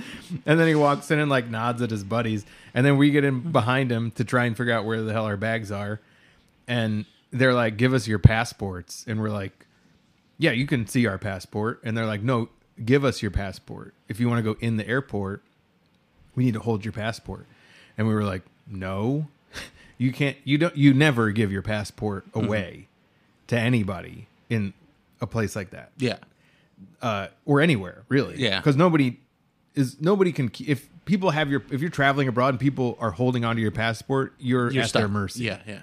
[SPEAKER 3] and then he walks in and like nods at his buddies and then we get
[SPEAKER 2] Mm-hmm.
[SPEAKER 3] in behind him to try and figure out where the hell our bags are and they're like give us your passports and we're like yeah you can see our passport and they're like no give us your passport if you want to go in the airport we need to hold your passport and we were like no (laughs) you can't you don't you never give your passport
[SPEAKER 2] Mm-hmm.
[SPEAKER 3] away to anybody in a place like that
[SPEAKER 2] Yeah.
[SPEAKER 3] uh, or anywhere really.
[SPEAKER 2] Yeah.
[SPEAKER 3] because nobody is nobody can ke- if people have your if you're traveling abroad and people are holding onto your passport, you're, at their
[SPEAKER 2] stuck.
[SPEAKER 3] mercy.
[SPEAKER 2] Yeah, yeah,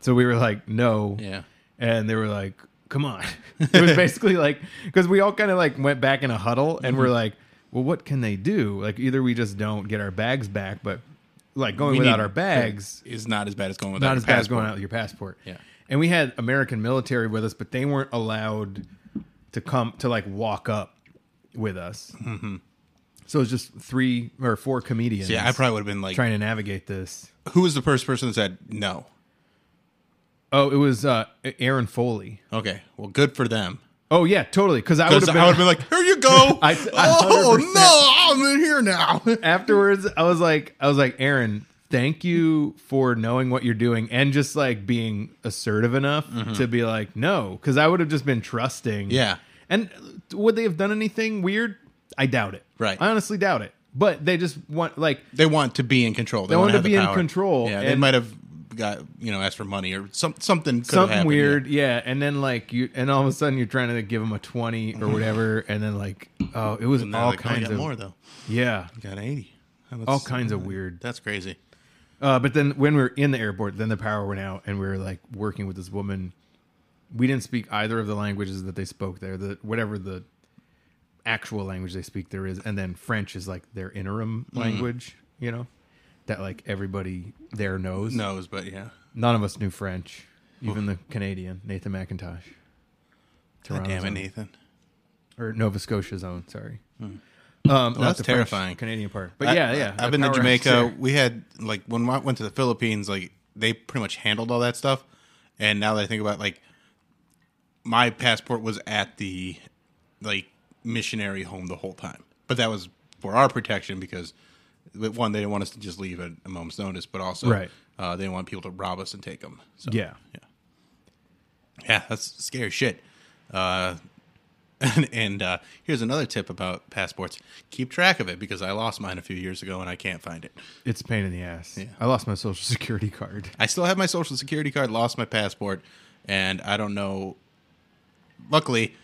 [SPEAKER 3] So we were like, no.
[SPEAKER 2] Yeah.
[SPEAKER 3] And they were like, come on. (laughs) it
[SPEAKER 2] (laughs)
[SPEAKER 3] was basically like because we all kind of like went back in a huddle and
[SPEAKER 2] Mm-hmm.
[SPEAKER 3] we're like, well, what can they do? Like either we just don't get our bags back, but like going
[SPEAKER 2] We
[SPEAKER 3] without
[SPEAKER 2] need-
[SPEAKER 3] our bags
[SPEAKER 2] is not as bad as going without.
[SPEAKER 3] not
[SPEAKER 2] a
[SPEAKER 3] as bad as
[SPEAKER 2] passport.
[SPEAKER 3] going out with your passport.
[SPEAKER 2] Yeah.
[SPEAKER 3] And we had American military with us, but they weren't allowed to come to like walk up with us. Mm-hmm. So it was just three or four comedians.
[SPEAKER 2] Yeah, I probably would have been like,
[SPEAKER 3] trying to navigate this.
[SPEAKER 2] "Who was the first person that said no?"
[SPEAKER 3] Oh, it was uh, Aaron Foley.
[SPEAKER 2] Okay, well, good for them.
[SPEAKER 3] Oh yeah, totally. Because I would
[SPEAKER 2] 'Cause
[SPEAKER 3] have
[SPEAKER 2] I
[SPEAKER 3] been,
[SPEAKER 2] would have been like, "Here you (laughs) go."
[SPEAKER 3] I- I
[SPEAKER 2] oh no, I'm in here now.
[SPEAKER 3] (laughs)
[SPEAKER 2] (laughs)
[SPEAKER 3] afterwards. I was like, I was like, Aaron, thank you for knowing what you're doing and just like being assertive enough to be like, no, because I would have just been trusting.
[SPEAKER 2] Mm-hmm. Yeah.
[SPEAKER 3] And would they have done anything weird? I doubt it.
[SPEAKER 2] Right.
[SPEAKER 3] I honestly doubt it. But they just want like
[SPEAKER 2] they want to be in control. They,
[SPEAKER 3] They
[SPEAKER 2] want
[SPEAKER 3] want to
[SPEAKER 2] have
[SPEAKER 3] be
[SPEAKER 2] the
[SPEAKER 3] in
[SPEAKER 2] power.
[SPEAKER 3] control,
[SPEAKER 2] Yeah, they
[SPEAKER 3] and-
[SPEAKER 2] might have got you know asked for money or some something. could have
[SPEAKER 3] something
[SPEAKER 2] happened,
[SPEAKER 3] weird, yeah. And then like you, and all of a sudden you're trying to give them a twenty
[SPEAKER 2] Mm-hmm.
[SPEAKER 3] or whatever, and then like oh, it was
[SPEAKER 2] Yeah. And they're
[SPEAKER 3] all
[SPEAKER 2] like, "Oh, you
[SPEAKER 3] kinds
[SPEAKER 2] got
[SPEAKER 3] of
[SPEAKER 2] more though.
[SPEAKER 3] yeah,
[SPEAKER 2] You got eighty. Oh, that's-
[SPEAKER 3] all kinds of weird
[SPEAKER 2] That's crazy.
[SPEAKER 3] Uh, but then when we were in the airport, then the power went out, and we were like working with this woman. We didn't speak either of the languages that they spoke there, the whatever the actual language they speak there is, and then French is like their interim
[SPEAKER 2] Mm-hmm.
[SPEAKER 3] language, you know, that like everybody there knows.
[SPEAKER 2] Knows, but yeah.
[SPEAKER 3] None of us knew French, even the Canadian Nathan McIntosh,
[SPEAKER 2] God damn it,
[SPEAKER 3] own.
[SPEAKER 2] Nathan. Hmm.
[SPEAKER 3] or Nova Scotia's own. Sorry, um,
[SPEAKER 2] that's
[SPEAKER 3] French-
[SPEAKER 2] terrifying.
[SPEAKER 3] Canadian part, but
[SPEAKER 2] I-
[SPEAKER 3] yeah, yeah.
[SPEAKER 2] I, have
[SPEAKER 3] the
[SPEAKER 2] been to
[SPEAKER 3] power
[SPEAKER 2] Jamaica.
[SPEAKER 3] outage
[SPEAKER 2] We had like when I went to the Philippines, like they pretty much handled all that stuff. And now that I think about it, like my passport was at the like missionary home the whole time, but that was for our protection because one they didn't want us to just leave at a moment's notice, but also
[SPEAKER 3] Right.
[SPEAKER 2] uh, they didn't want people to rob us and take them. So
[SPEAKER 3] there. yeah.
[SPEAKER 2] yeah, that's scary shit. Uh, (laughs) and and uh, here's another tip about passports: keep track of it because I lost mine a few years ago and I can't find it.
[SPEAKER 3] It's a pain in the ass. I lost my social (laughs) security card.
[SPEAKER 2] I still have my social security card, lost my passport, and I don't know. Luckily,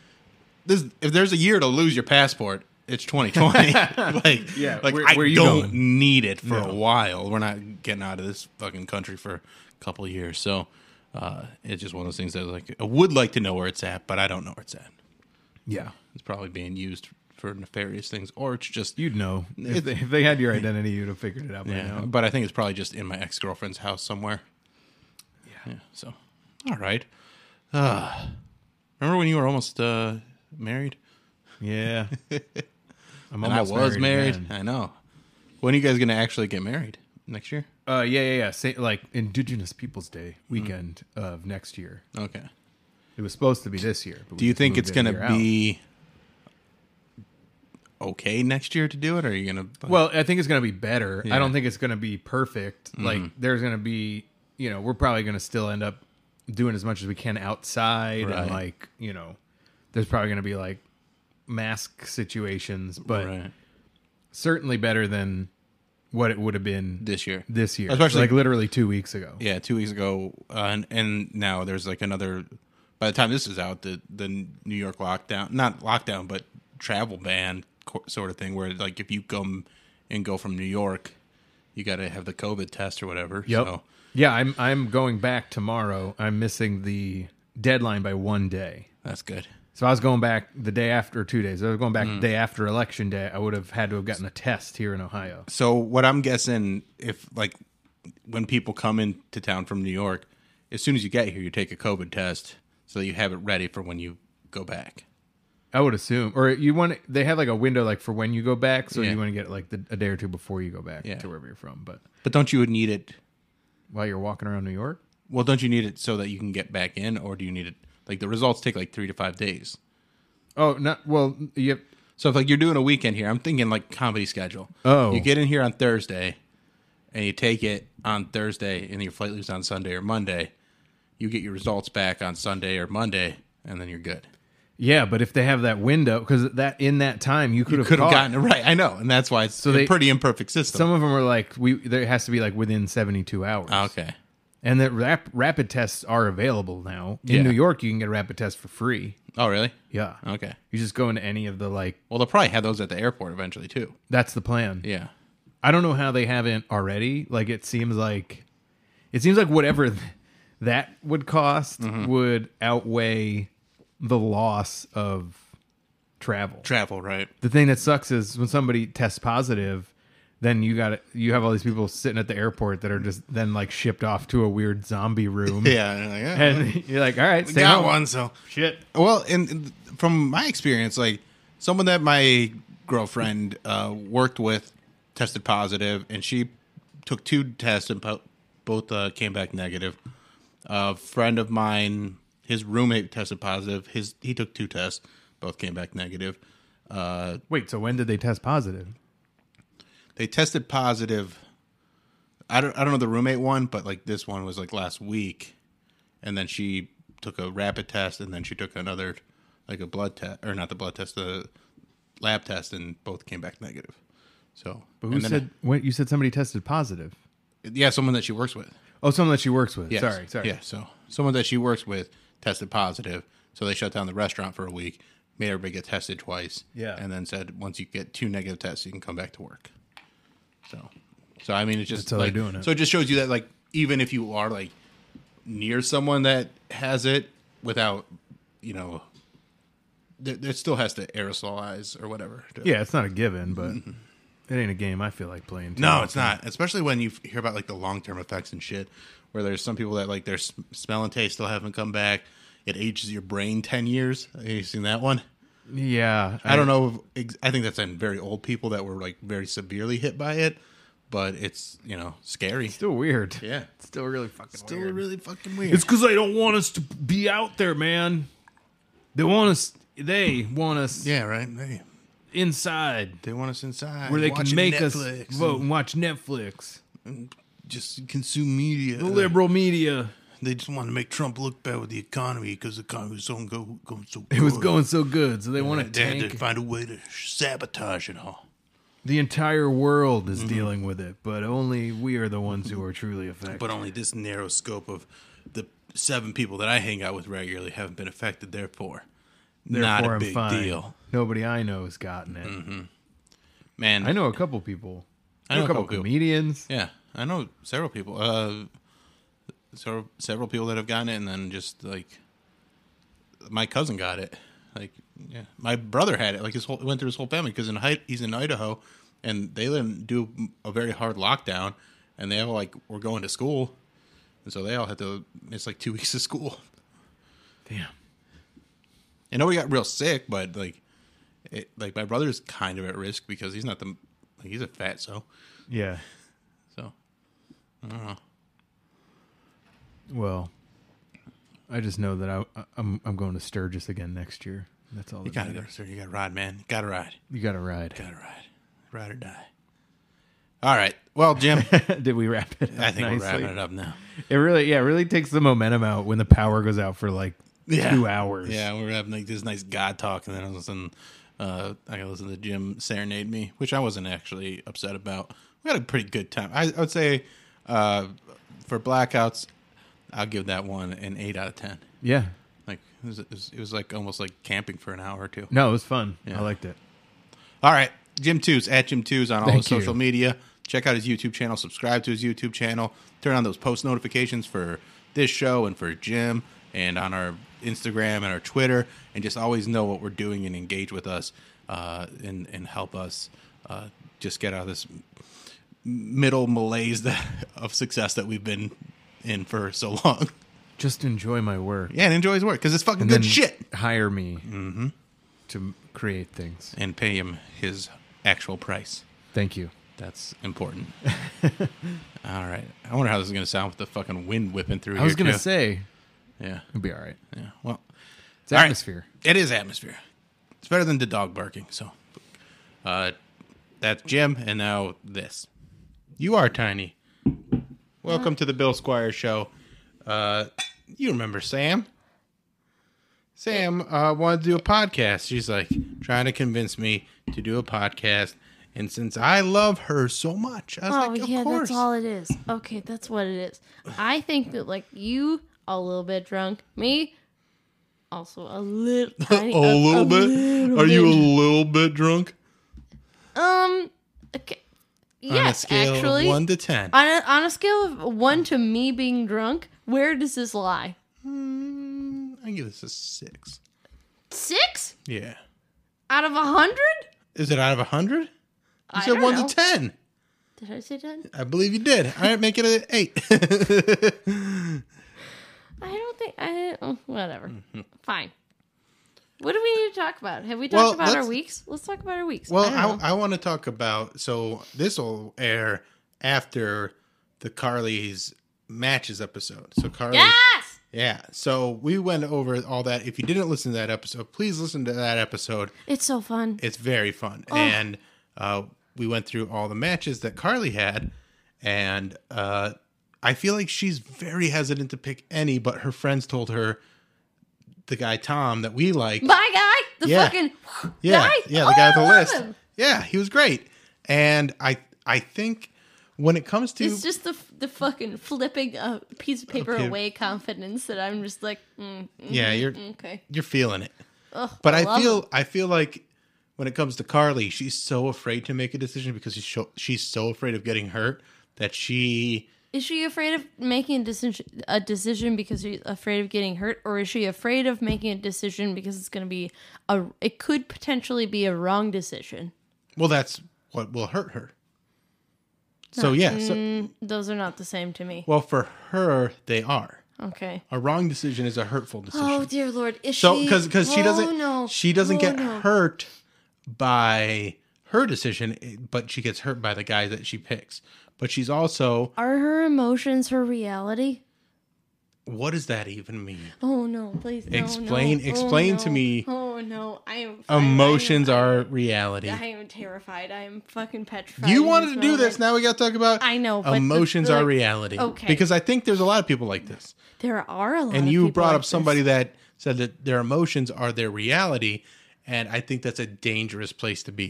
[SPEAKER 2] this if there's a year to lose your passport, it's
[SPEAKER 3] (laughs)
[SPEAKER 2] 2020. like,
[SPEAKER 3] Yeah,
[SPEAKER 2] like
[SPEAKER 3] where-
[SPEAKER 2] I
[SPEAKER 3] where you
[SPEAKER 2] don't
[SPEAKER 3] going?
[SPEAKER 2] need it for
[SPEAKER 3] No.
[SPEAKER 2] a while. We're not getting out of this fucking country for a couple of years, so uh, it's just one of those things that like I would like to know where it's at, but I don't know where it's at.
[SPEAKER 3] Yeah.
[SPEAKER 2] It's probably being used for nefarious things, or it's just
[SPEAKER 3] You'd know if they, if they had your identity, you'd have figured it out by
[SPEAKER 2] Yeah,
[SPEAKER 3] now.
[SPEAKER 2] but I think it's probably just in my ex girlfriend's house somewhere. Yeah. So, all right. Uh, remember when you were almost uh, married? (laughs)
[SPEAKER 3] Yeah, I'm
[SPEAKER 2] And I
[SPEAKER 3] almost
[SPEAKER 2] was married.
[SPEAKER 3] again.
[SPEAKER 2] I know. When are you guys going to actually get married? Next year?
[SPEAKER 3] Uh,
[SPEAKER 2] Mm-hmm.
[SPEAKER 3] yeah, yeah, yeah. Say, like Indigenous Peoples Day weekend of next year.
[SPEAKER 2] Okay.
[SPEAKER 3] It was supposed to be this year. but we
[SPEAKER 2] Do you
[SPEAKER 3] just
[SPEAKER 2] think
[SPEAKER 3] moved
[SPEAKER 2] it's
[SPEAKER 3] it a
[SPEAKER 2] going
[SPEAKER 3] year
[SPEAKER 2] to
[SPEAKER 3] out.
[SPEAKER 2] be okay next year to do it? Or are you going to?
[SPEAKER 3] Well, I think it's going to be better.
[SPEAKER 2] Yeah.
[SPEAKER 3] I don't think it's going to be perfect.
[SPEAKER 2] Mhm.
[SPEAKER 3] Like there's going to be, you know, we're probably going to still end up doing as much as we can outside
[SPEAKER 2] Right.
[SPEAKER 3] and like, you know, there's probably going to be like mask situations, but certainly better than what it would have been
[SPEAKER 2] this year.
[SPEAKER 3] This year.
[SPEAKER 2] Especially-
[SPEAKER 3] like literally 2 weeks ago.
[SPEAKER 2] Yeah, two weeks ago, uh, and, and now there's like another. By the time this is out, the the New York lockdown, not lockdown, but travel ban co- sort of thing, where like if you come and go from New York, you got to have the COVID test or whatever.
[SPEAKER 3] Yep.
[SPEAKER 2] So
[SPEAKER 3] Yeah, I'm I'm going back tomorrow. I'm missing the deadline by one day.
[SPEAKER 2] That's good.
[SPEAKER 3] So I was going back the day after, two days. I was going back
[SPEAKER 2] Mm.
[SPEAKER 3] the day after election day. I would have had to have gotten a test here in Ohio.
[SPEAKER 2] So what I'm guessing, if like when people come into town from New York, as soon as you get here, you take a COVID test so that you have it ready for when you go back.
[SPEAKER 3] I would assume, or you want they have like a window like for when you go back, so
[SPEAKER 2] Yeah.
[SPEAKER 3] you want to get it like the, a day or two before you go back
[SPEAKER 2] Yeah.
[SPEAKER 3] to wherever you're from. But
[SPEAKER 2] But don't you need it
[SPEAKER 3] while you're walking around New York,
[SPEAKER 2] Well, don't you need it so that you can get back in, or do you need it like the results take like three to five days?
[SPEAKER 3] Oh, not well. Yep.
[SPEAKER 2] So if like you're doing a weekend here, I'm thinking like comedy schedule.
[SPEAKER 3] Oh.
[SPEAKER 2] you get in here on Thursday, and you take it on Thursday, and your flight leaves on Sunday or Monday. You get your results back on Sunday or Monday, and then you're good.
[SPEAKER 3] yeah. But if they have that window, because that in that time you could have
[SPEAKER 2] Could have
[SPEAKER 3] caught-
[SPEAKER 2] gotten it right. I know, and that's why it's
[SPEAKER 3] So
[SPEAKER 2] a
[SPEAKER 3] they-
[SPEAKER 2] pretty imperfect system.
[SPEAKER 3] Some of them are like we. There has to be like within seventy two hours.
[SPEAKER 2] Ah, Okay.
[SPEAKER 3] And that rap, rapid tests are available now in
[SPEAKER 2] Yeah.
[SPEAKER 3] New York. You can get a rapid test for free.
[SPEAKER 2] oh, really?
[SPEAKER 3] Yeah.
[SPEAKER 2] Okay.
[SPEAKER 3] You just go into any of the like.
[SPEAKER 2] Well, they'll probably have those at the airport eventually too.
[SPEAKER 3] That's the plan.
[SPEAKER 2] Yeah.
[SPEAKER 3] I don't know how they haven't already. Like it seems like it seems like whatever th- that would cost
[SPEAKER 2] Mm-hmm.
[SPEAKER 3] would outweigh the loss of travel.
[SPEAKER 2] Travel, right?
[SPEAKER 3] The thing that sucks is when somebody tests positive, then you got you have all these people sitting at the airport that are just then like shipped off to a weird zombie
[SPEAKER 2] (laughs)
[SPEAKER 3] room.
[SPEAKER 2] Yeah, and you're like, "Yeah."
[SPEAKER 3] and you're like, all right,
[SPEAKER 2] We
[SPEAKER 3] stay
[SPEAKER 2] got
[SPEAKER 3] home."
[SPEAKER 2] one, so
[SPEAKER 3] shit.
[SPEAKER 2] Well, and and from my experience, like someone that my girlfriend uh, worked with tested positive, and she took two tests and po- both uh, came back negative. A friend of mine, his roommate tested positive. His he took two tests, both came back negative. Uh,
[SPEAKER 3] Wait, so when did they test positive?
[SPEAKER 2] they tested positive. I don't I don't know the roommate one, but like this one was like last week, and then she took a rapid test, and then she took another like a blood test or not the blood test, the lab test, and both came back negative. So,
[SPEAKER 3] But who
[SPEAKER 2] and then-
[SPEAKER 3] said when you said somebody tested positive?
[SPEAKER 2] yeah, someone that she works with.
[SPEAKER 3] Oh, someone that she works with.
[SPEAKER 2] Yes.
[SPEAKER 3] Sorry, sorry.
[SPEAKER 2] Yeah, so someone that she works with tested positive, so they shut down the restaurant for a week, made everybody get tested twice,
[SPEAKER 3] Yeah.
[SPEAKER 2] and then said once you get two negative tests, you can come back to work. So, so I mean, it's just
[SPEAKER 3] That's how they're
[SPEAKER 2] like,
[SPEAKER 3] doing it.
[SPEAKER 2] So it just shows you that like even if you are like near someone that has it without, you know, th- it still has to aerosolize or whatever. to-
[SPEAKER 3] Yeah, it's not a given, but it ain't a game I feel like playing. too
[SPEAKER 2] no,
[SPEAKER 3] often.
[SPEAKER 2] it's not. Especially when you f- hear about like the long term effects and shit, where there's some people that like their s- smell and taste still haven't come back. It ages your brain ten years. Have you seen that one?
[SPEAKER 3] Yeah,
[SPEAKER 2] I, don't know. If, ex- I think that's in very old people that were like very severely hit by it, but it's you know scary.
[SPEAKER 3] still weird.
[SPEAKER 2] Yeah,
[SPEAKER 3] It's still really fucking
[SPEAKER 2] still really fucking weird.
[SPEAKER 3] It's because they don't want us to be out there, man. They want us. They want us.
[SPEAKER 2] yeah, right. They,
[SPEAKER 3] inside
[SPEAKER 2] they want us inside
[SPEAKER 3] where they can
[SPEAKER 2] watching
[SPEAKER 3] make
[SPEAKER 2] Netflix
[SPEAKER 3] us vote and
[SPEAKER 2] and
[SPEAKER 3] watch Netflix.
[SPEAKER 2] just consume media.
[SPEAKER 3] The liberal media.
[SPEAKER 2] They just want to make Trump look bad with the economy because the economy was so go, going so.
[SPEAKER 3] It was
[SPEAKER 2] good.
[SPEAKER 3] going so good, so they want to
[SPEAKER 2] They had to
[SPEAKER 3] tank.
[SPEAKER 2] find a way to sabotage it all.
[SPEAKER 3] The entire world
[SPEAKER 2] Mm-hmm.
[SPEAKER 3] is dealing with it, but only we are the ones who are truly affected.
[SPEAKER 2] but only this narrow scope of the seven people that I hang out with regularly haven't been affected. Therefore, not a
[SPEAKER 3] I'm
[SPEAKER 2] big
[SPEAKER 3] fine.
[SPEAKER 2] deal,
[SPEAKER 3] Nobody I know has gotten it.
[SPEAKER 2] man.
[SPEAKER 3] I know a couple people.
[SPEAKER 2] I
[SPEAKER 3] I know, a couple,
[SPEAKER 2] people.
[SPEAKER 3] comedians.
[SPEAKER 2] Yeah, I know several people. Uh, several several people that have gotten it, and then just like my cousin got it. Like, yeah, my brother had it. Like his whole it went through his whole family because in Hi- he's in Idaho, and they didn't do a very hard lockdown, and they all like were going to school, and so they all had to miss like two (laughs) weeks of school.
[SPEAKER 3] Damn.
[SPEAKER 2] I know we got real sick, but like, it, like my brother's kind of at risk because he's not the like he's a fat so
[SPEAKER 3] Yeah.
[SPEAKER 2] so I don't know.
[SPEAKER 3] Well, I just know that I, I'm I'm going to Sturgis again next year. That's all.
[SPEAKER 2] You
[SPEAKER 3] that
[SPEAKER 2] gotta go,
[SPEAKER 3] matters.
[SPEAKER 2] sir. You gotta ride, man. You gotta ride.
[SPEAKER 3] You gotta ride.
[SPEAKER 2] Gotta ride. Ride or die. All right. Well,
[SPEAKER 3] (laughs)
[SPEAKER 2] Jim,
[SPEAKER 3] did we wrap it? Up
[SPEAKER 2] I think we're
[SPEAKER 3] nicely?
[SPEAKER 2] wrapping it up now.
[SPEAKER 3] It really, yeah, it really takes the momentum out when the power goes out for like two hours.
[SPEAKER 2] Yeah, we were having like this nice God talk, and then I was listening. Uh, I got listen to Jim serenade me, which I wasn't actually upset about. We had a pretty good time. I, I would say uh, for blackouts, I'll give that one an eight out of ten.
[SPEAKER 3] Yeah.
[SPEAKER 2] Like it was, it was, it was like almost like camping for an hour or two.
[SPEAKER 3] No, it was fun.
[SPEAKER 2] Yeah.
[SPEAKER 3] I liked it.
[SPEAKER 2] All right, Jim Twos at Jim Twos on all
[SPEAKER 3] Thank
[SPEAKER 2] his social
[SPEAKER 3] you.
[SPEAKER 2] media. Check out his YouTube channel. Subscribe to his YouTube channel. Turn on those post notifications for this show and for Jim, and on our Instagram and our Twitter, and just always know what we're doing and engage with us, uh, and and help us uh, just get out of this middle malaise (laughs) that, of success that we've been in for so long. (laughs)
[SPEAKER 3] Just enjoy my work.
[SPEAKER 2] Yeah, and enjoy his work because it's fucking
[SPEAKER 3] And
[SPEAKER 2] good
[SPEAKER 3] then
[SPEAKER 2] shit. Mm-hmm.
[SPEAKER 3] Hire me to create things.
[SPEAKER 2] And pay him his actual price.
[SPEAKER 3] Thank you.
[SPEAKER 2] That's important. (laughs) all right. I wonder how this is going to sound with the fucking wind whipping through
[SPEAKER 3] I was
[SPEAKER 2] here,
[SPEAKER 3] gonna
[SPEAKER 2] too.
[SPEAKER 3] say
[SPEAKER 2] Yeah.
[SPEAKER 3] it'd be all right.
[SPEAKER 2] Yeah. Well,
[SPEAKER 3] It's
[SPEAKER 2] all right.
[SPEAKER 3] atmosphere.
[SPEAKER 2] It is atmosphere. It's better than the dog barking. So, uh, that's Jim, and now this. You are tiny. Welcome to the Bill Squire Show. Uh, you remember Sam? Sam uh, wanted to do a podcast. She's like trying to convince me to do a podcast, and since I love her so much, I was
[SPEAKER 12] Oh
[SPEAKER 2] like, "Of
[SPEAKER 12] yeah,
[SPEAKER 2] course." (laughs)
[SPEAKER 12] that's all it is. Okay, that's what it is. I think that like you a little bit drunk, me also a little
[SPEAKER 2] (laughs)
[SPEAKER 12] tiny,
[SPEAKER 2] a little bit.
[SPEAKER 12] little
[SPEAKER 2] Are you a
[SPEAKER 12] bit.
[SPEAKER 2] little bit drunk?
[SPEAKER 12] um? Okay.
[SPEAKER 2] On a
[SPEAKER 12] Yes,
[SPEAKER 2] scale of
[SPEAKER 12] actually,
[SPEAKER 2] one to 10.
[SPEAKER 12] On a, on a scale of one to me being drunk, where does this lie?
[SPEAKER 2] Mm, I give this a six.
[SPEAKER 12] Six
[SPEAKER 2] Yeah.
[SPEAKER 12] out of a hundred?
[SPEAKER 2] Is it out of a hundred? You
[SPEAKER 12] I
[SPEAKER 2] said
[SPEAKER 12] don't
[SPEAKER 2] one
[SPEAKER 12] know.
[SPEAKER 2] to ten.
[SPEAKER 12] Did I say ten?
[SPEAKER 2] I believe you did. All right, make it an eight.
[SPEAKER 12] I don't think I. oh, whatever. Fine. What do we need to talk about? Have we talked
[SPEAKER 2] Well,
[SPEAKER 12] about our
[SPEAKER 2] let's-
[SPEAKER 12] weeks? Let's talk about our
[SPEAKER 2] (laughs)
[SPEAKER 12] weeks.
[SPEAKER 2] well,
[SPEAKER 12] I don't know.
[SPEAKER 2] I, I want to talk about so this will air after the Carly's matches episode. So Carly,
[SPEAKER 12] Yes!
[SPEAKER 2] yeah. So we went over all that. If you didn't listen to that episode, please listen to that episode.
[SPEAKER 12] it's so fun.
[SPEAKER 2] It's very fun.
[SPEAKER 12] Oh.
[SPEAKER 2] And uh, we went through all the matches that Carly had. And uh, I feel like she's very hesitant to pick any, but her friends told her the guy Tom that we like.
[SPEAKER 12] Bye, guy. The
[SPEAKER 2] Yeah.
[SPEAKER 12] fucking (gasps)
[SPEAKER 2] Yeah,
[SPEAKER 12] guy.
[SPEAKER 2] yeah, the guy
[SPEAKER 12] Oh,
[SPEAKER 2] with the
[SPEAKER 12] I love
[SPEAKER 2] list.
[SPEAKER 12] him.
[SPEAKER 2] Yeah, he was great. And I I think when it comes to
[SPEAKER 12] It's just the the fucking flipping a piece of paper
[SPEAKER 2] Okay.
[SPEAKER 12] away confidence that I'm just like, mm, mm,
[SPEAKER 2] Yeah, you're
[SPEAKER 12] okay.
[SPEAKER 2] You're feeling it.
[SPEAKER 12] Ugh,
[SPEAKER 2] but I,
[SPEAKER 12] love
[SPEAKER 2] feel
[SPEAKER 12] him.
[SPEAKER 2] I feel like when it comes to Carly, she's so afraid to make a decision because she's so, she's so afraid of getting hurt that she
[SPEAKER 12] Is she afraid of making a decision, a decision because she's afraid of getting hurt, or is she afraid of making a decision because it's going to be a? It could potentially be a wrong decision.
[SPEAKER 2] well that's what will hurt her. So yeah, so
[SPEAKER 12] Mm, those are not the same to me.
[SPEAKER 2] well for her they are.
[SPEAKER 12] Okay.
[SPEAKER 2] A wrong decision is a hurtful decision.
[SPEAKER 12] Oh dear lord, is
[SPEAKER 2] so
[SPEAKER 12] she?
[SPEAKER 2] because because she
[SPEAKER 12] Oh,
[SPEAKER 2] doesn't
[SPEAKER 12] no.
[SPEAKER 2] she doesn't
[SPEAKER 12] Oh,
[SPEAKER 2] get
[SPEAKER 12] no.
[SPEAKER 2] hurt by her decision, it- but she gets hurt by the guy that she picks. But she's also
[SPEAKER 12] Are her emotions her reality?
[SPEAKER 2] what does that even mean?
[SPEAKER 12] Oh no! Please no, no.
[SPEAKER 2] Explain-
[SPEAKER 12] Oh,
[SPEAKER 2] explain
[SPEAKER 12] no.
[SPEAKER 2] to me
[SPEAKER 12] Oh no! I am I- I am-
[SPEAKER 2] Emotions are reality.
[SPEAKER 12] I am terrified. I am fucking petrified.
[SPEAKER 2] You
[SPEAKER 12] in
[SPEAKER 2] wanted to do
[SPEAKER 12] moment.
[SPEAKER 2] this. Now we got to talk about
[SPEAKER 12] I know but the-
[SPEAKER 2] emotions
[SPEAKER 12] the-
[SPEAKER 2] are reality.
[SPEAKER 12] Okay.
[SPEAKER 2] Because I think there's a lot of people like this.
[SPEAKER 12] there are a lot.
[SPEAKER 2] And
[SPEAKER 12] of
[SPEAKER 2] you
[SPEAKER 12] people
[SPEAKER 2] brought
[SPEAKER 12] like
[SPEAKER 2] up somebody that said that their emotions are their reality. And I think that's a dangerous place to be.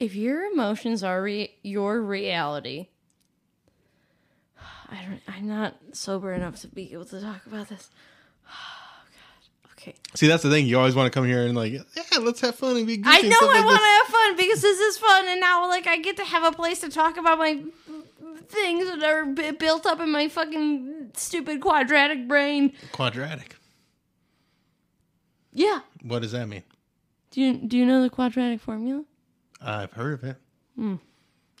[SPEAKER 12] This. If your emotions are re- your reality, I don't. I'm not sober enough to be able to talk about this. (sighs) Oh God. Okay.
[SPEAKER 2] See, that's the thing. You always want to come here and, like, yeah, let's have fun and be goofy.
[SPEAKER 12] I
[SPEAKER 2] and
[SPEAKER 12] know
[SPEAKER 2] stuff
[SPEAKER 12] I
[SPEAKER 2] like
[SPEAKER 12] want to
[SPEAKER 2] this."
[SPEAKER 12] have fun because this is fun, and now like I get to have a place to talk about my things that are b- built up in my fucking stupid quadratic brain.
[SPEAKER 2] Quadratic.
[SPEAKER 12] Yeah.
[SPEAKER 2] What does that mean?
[SPEAKER 12] Do you do you know the quadratic formula?
[SPEAKER 2] I've heard of it.
[SPEAKER 12] Hmm.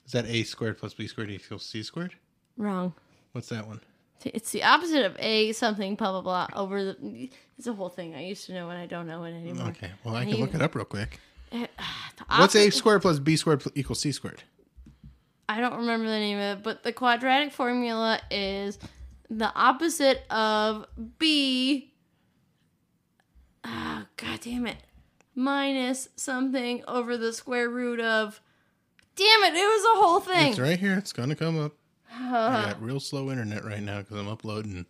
[SPEAKER 2] Is that a squared plus b squared equals c squared?
[SPEAKER 12] Wrong.
[SPEAKER 2] What's that one?
[SPEAKER 12] It's the opposite of a something blah blah blah over the. It's a whole thing. I used to know and I don't know it anymore.
[SPEAKER 2] Okay. Well, I
[SPEAKER 12] And
[SPEAKER 2] can
[SPEAKER 12] you-
[SPEAKER 2] look it up real quick.
[SPEAKER 12] Eh, the
[SPEAKER 2] What's a
[SPEAKER 12] opposite-
[SPEAKER 2] squared plus b squared pl- equals c squared?
[SPEAKER 12] I don't remember the name of it, but the quadratic formula is the opposite of b oh, God damn it. Minus something over the square root of. Damn it, it was a whole thing.
[SPEAKER 2] It's right here. It's gonna come up.
[SPEAKER 12] (sighs)
[SPEAKER 2] I
[SPEAKER 12] Uh,
[SPEAKER 2] got real slow internet right now because I'm uploading.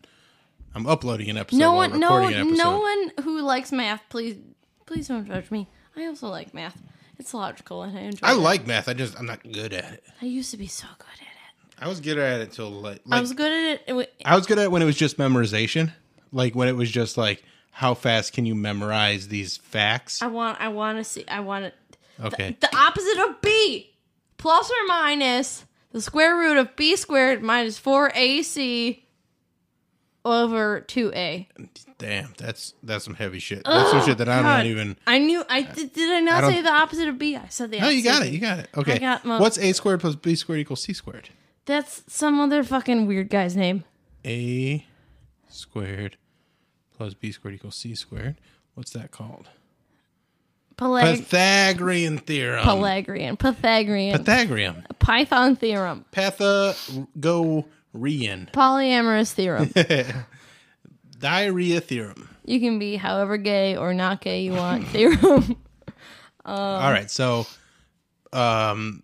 [SPEAKER 2] I'm uploading an episode.
[SPEAKER 12] no
[SPEAKER 2] while
[SPEAKER 12] one, no,
[SPEAKER 2] recording an episode.
[SPEAKER 12] no one who likes math, please, please don't judge me. I also like math. It's logical and I enjoy.
[SPEAKER 2] I
[SPEAKER 12] it.
[SPEAKER 2] like math. I just I'm not good at it.
[SPEAKER 12] I used to be so good at
[SPEAKER 2] I was good at it till like,
[SPEAKER 12] it. I was good at it. it. wa-
[SPEAKER 2] I was good at it when it was just memorization, like when it was just like how fast can you memorize these facts?
[SPEAKER 12] I want. I want to see. I want it.
[SPEAKER 2] Okay.
[SPEAKER 12] The opposite of b, plus or minus the square root of b squared minus four ac over two a.
[SPEAKER 2] Damn, that's that's some heavy shit. That's some shit that I'm not even.
[SPEAKER 12] I knew. I did. Did I
[SPEAKER 2] I
[SPEAKER 12] not
[SPEAKER 2] don't-
[SPEAKER 12] say the opposite of b? I said the.
[SPEAKER 2] No, you
[SPEAKER 12] opposite
[SPEAKER 2] got
[SPEAKER 12] of
[SPEAKER 2] it.
[SPEAKER 12] B.
[SPEAKER 2] You got it.
[SPEAKER 12] I
[SPEAKER 2] Okay.
[SPEAKER 12] got my-
[SPEAKER 2] What's a squared plus b squared equals c squared?
[SPEAKER 12] That's some other fucking weird guy's name.
[SPEAKER 2] A squared plus b squared equals c squared. What's that called?
[SPEAKER 12] Pythag-
[SPEAKER 2] Pythagorean theorem.
[SPEAKER 12] Pythagorean. Pythagorean.
[SPEAKER 2] Pythagorean.
[SPEAKER 12] Python theorem.
[SPEAKER 2] Pythagorean. (laughs)
[SPEAKER 12] Polyamorous theorem.
[SPEAKER 2] Diarrhea theorem.
[SPEAKER 12] you can be however gay or not gay you want. theorem.
[SPEAKER 2] (laughs)
[SPEAKER 12] Um,
[SPEAKER 2] All right, so um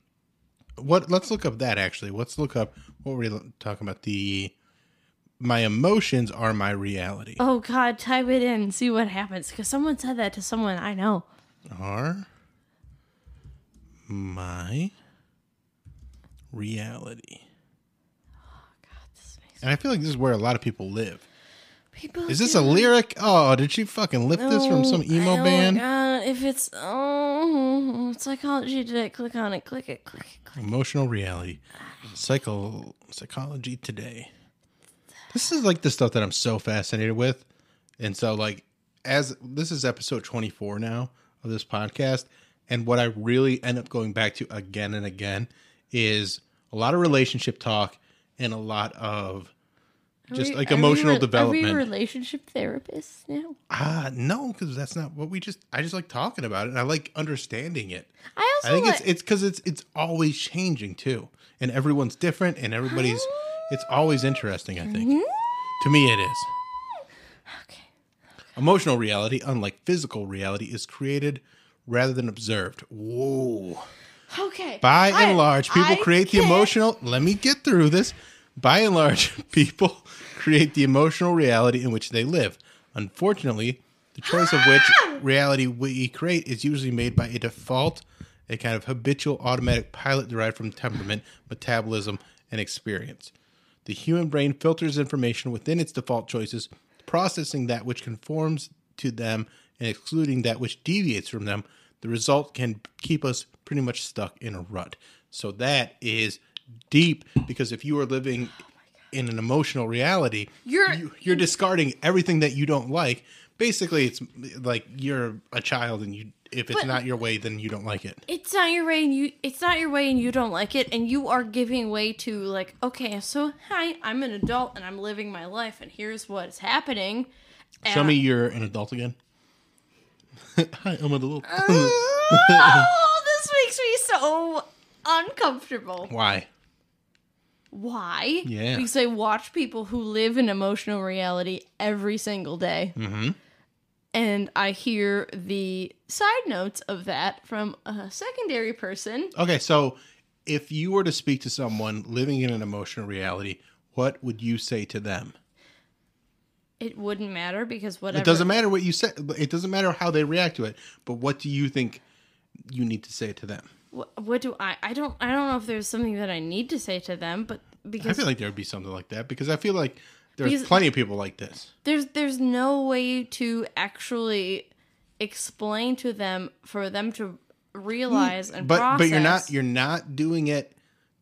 [SPEAKER 2] what let's look up that actually. Let's look up what were we talking about the my emotions are my reality.
[SPEAKER 12] Oh God, type it in, and see what happens. Because someone said that to someone I know.
[SPEAKER 2] Are my reality. And I feel like this is where a lot of people live.
[SPEAKER 12] People.
[SPEAKER 2] Is this
[SPEAKER 12] do
[SPEAKER 2] a lyric? Oh, did she fucking lift this from some
[SPEAKER 12] No,
[SPEAKER 2] emo
[SPEAKER 12] I- oh,
[SPEAKER 2] band?
[SPEAKER 12] God, if it's oh psychology today, click on it, click it, click it.
[SPEAKER 2] Emotional reality, psycho psychology today. This is like the stuff that I'm so fascinated with, and so like as this is episode 24 now of this podcast, and what I really end up going back to again and again is a lot of relationship talk and a lot of
[SPEAKER 12] Are
[SPEAKER 2] just
[SPEAKER 12] we-
[SPEAKER 2] like
[SPEAKER 12] are we
[SPEAKER 2] emotional
[SPEAKER 12] re-
[SPEAKER 2] development.
[SPEAKER 12] Are we relationship therapists now?
[SPEAKER 2] Ah, no, because that's not what we just. I just like talking about it, and I like understanding it.
[SPEAKER 12] I also
[SPEAKER 2] I think
[SPEAKER 12] like-
[SPEAKER 2] it's it's because it's it's always changing too, and everyone's different, and everybody's. It's always interesting. I think. To me, it is. Okay. Emotional reality, unlike physical reality, is created rather than observed. Whoa.
[SPEAKER 12] Okay.
[SPEAKER 2] By
[SPEAKER 12] I-
[SPEAKER 2] and large, people
[SPEAKER 12] I
[SPEAKER 2] create the
[SPEAKER 12] can't-
[SPEAKER 2] emotional. Let me get through this. By and large, (laughs) people create the emotional reality in which they live. Unfortunately, the choice of
[SPEAKER 12] Ah!
[SPEAKER 2] which reality we create is usually made by a default, a kind of habitual automatic pilot derived from temperament, metabolism, and experience. The human brain filters information within its default choices, processing that which conforms to them and excluding that which deviates from them. The result can keep us pretty much stuck in a rut. So that is deep because if you are living in an emotional reality,
[SPEAKER 12] You're-
[SPEAKER 2] you, you're discarding everything that you don't like. Basically, it's like you're a child, and you if it's
[SPEAKER 12] But-
[SPEAKER 2] not your way, then you don't like it.
[SPEAKER 12] It's not your way, and you it's not your way, and you don't like it, and you are giving way to like, okay, so hi, I'm an adult, and I'm living my life, and here's what's happening.
[SPEAKER 2] Show
[SPEAKER 12] And-
[SPEAKER 2] me you're an adult again. (laughs) Hi, I'm an adult.
[SPEAKER 12] (laughs) Uh,
[SPEAKER 2] (laughs)
[SPEAKER 12] oh, this makes me so uncomfortable.
[SPEAKER 2] Why?
[SPEAKER 12] Why?
[SPEAKER 2] Yeah.
[SPEAKER 12] Because I watch people who live in emotional reality every single day.
[SPEAKER 2] Mm-hmm.
[SPEAKER 12] And I hear the side notes of that from a secondary person.
[SPEAKER 2] Okay, so if you were to speak to someone living in an emotional reality, what would you say to them?
[SPEAKER 12] It wouldn't matter because whatever.
[SPEAKER 2] It doesn't matter what you say. It doesn't matter how they react to it. But what do you think you need to say to them?
[SPEAKER 12] What, what do I? I don't. I don't know if there's something that I need to say to them, but because
[SPEAKER 2] I feel like there would be something like that because I feel like there's
[SPEAKER 12] Because-
[SPEAKER 2] plenty of people like this.
[SPEAKER 12] there's there's no way to actually explain to them for them to realize and
[SPEAKER 2] Mm, But
[SPEAKER 12] process.
[SPEAKER 2] but you're not you're not doing it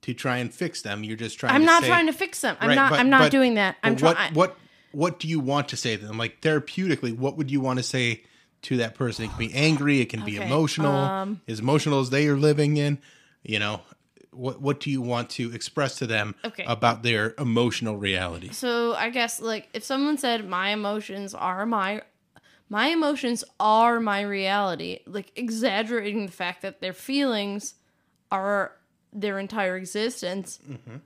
[SPEAKER 2] to try and fix them. You're just trying.
[SPEAKER 12] I'm
[SPEAKER 2] to
[SPEAKER 12] not
[SPEAKER 2] say-
[SPEAKER 12] trying to fix them. I'm
[SPEAKER 2] Right,
[SPEAKER 12] not.
[SPEAKER 2] but-
[SPEAKER 12] I'm not
[SPEAKER 2] but-
[SPEAKER 12] doing that. I'm
[SPEAKER 2] but what-
[SPEAKER 12] trying.
[SPEAKER 2] What what do you want to say to them? Like therapeutically, what would you want to say to that person? It can be angry. It can be
[SPEAKER 12] Okay,
[SPEAKER 2] emotional.
[SPEAKER 12] um,
[SPEAKER 2] as emotional as they are living in, you know. What what do you want to express to them
[SPEAKER 12] Okay.
[SPEAKER 2] about their emotional reality?
[SPEAKER 12] So I guess like if someone said my emotions are my my emotions are my reality, like exaggerating the fact that their feelings are their entire existence.
[SPEAKER 2] Mm-hmm.
[SPEAKER 13] Mhm.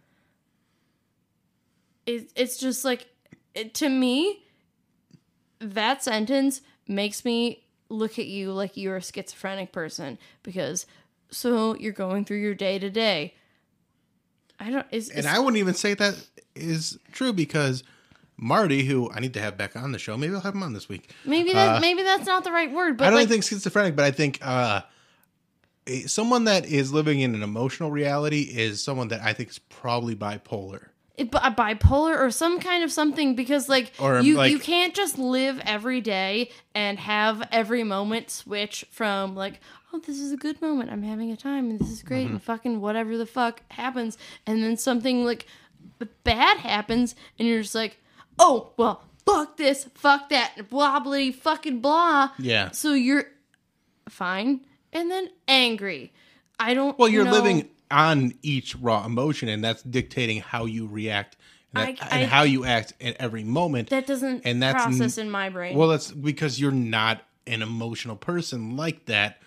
[SPEAKER 12] It, it's just like it, to me that sentence makes me look at you like you're a schizophrenic person because so you're going through your day to day. I don't. Is,
[SPEAKER 2] and I wouldn't even say that is true because Marty, who I need to have back on the show, maybe I'll have him on this week.
[SPEAKER 12] maybe that
[SPEAKER 2] Uh,
[SPEAKER 12] maybe that's not the right word. But
[SPEAKER 2] I don't
[SPEAKER 12] like,
[SPEAKER 2] think schizophrenic, but I think uh, eh, someone that is living in an emotional reality is someone that I think is probably bipolar.
[SPEAKER 12] it, bi- bipolar or some kind of something because like
[SPEAKER 2] Or,
[SPEAKER 12] you
[SPEAKER 2] like-
[SPEAKER 12] you can't just live every day and have every moment switch from like oh this is a good moment I'm having a time and this is
[SPEAKER 2] Mm-hmm.
[SPEAKER 12] great and
[SPEAKER 13] Mhm.
[SPEAKER 12] fucking whatever the fuck happens and then something like b- bad happens and you're just like oh well fuck this fuck that blah blah fucking blah
[SPEAKER 2] Yeah.
[SPEAKER 12] so you're fine and then angry I don't
[SPEAKER 2] Well, you're
[SPEAKER 12] know-
[SPEAKER 2] living on each raw emotion, and that's dictating how you react and, that-
[SPEAKER 12] I-
[SPEAKER 2] and
[SPEAKER 12] I-
[SPEAKER 2] how you act at every moment.
[SPEAKER 12] that doesn't
[SPEAKER 2] and that's n-
[SPEAKER 12] process in my brain
[SPEAKER 2] Well, that's because you're not an emotional person like that.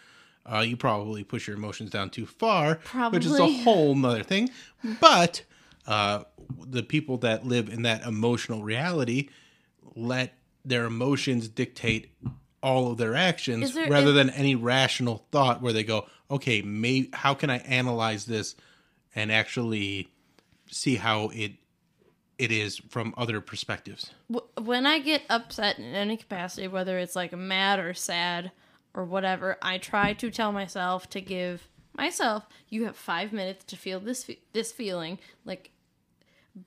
[SPEAKER 2] Uh, you probably push your emotions down too far, which is a
[SPEAKER 12] Probably.
[SPEAKER 2] whole nother thing. But uh, the people that live in that emotional reality let their emotions dictate all of their actions
[SPEAKER 12] Is there-
[SPEAKER 2] rather
[SPEAKER 12] is-
[SPEAKER 2] than any rational thought where they go, okay, may, how can I analyze this and actually see how it it is from other perspectives?
[SPEAKER 12] Wh- when I get upset in any capacity, whether it's like mad or sad or whatever, I try to tell myself to give myself, you have five minutes to feel this fe- this feeling. Like,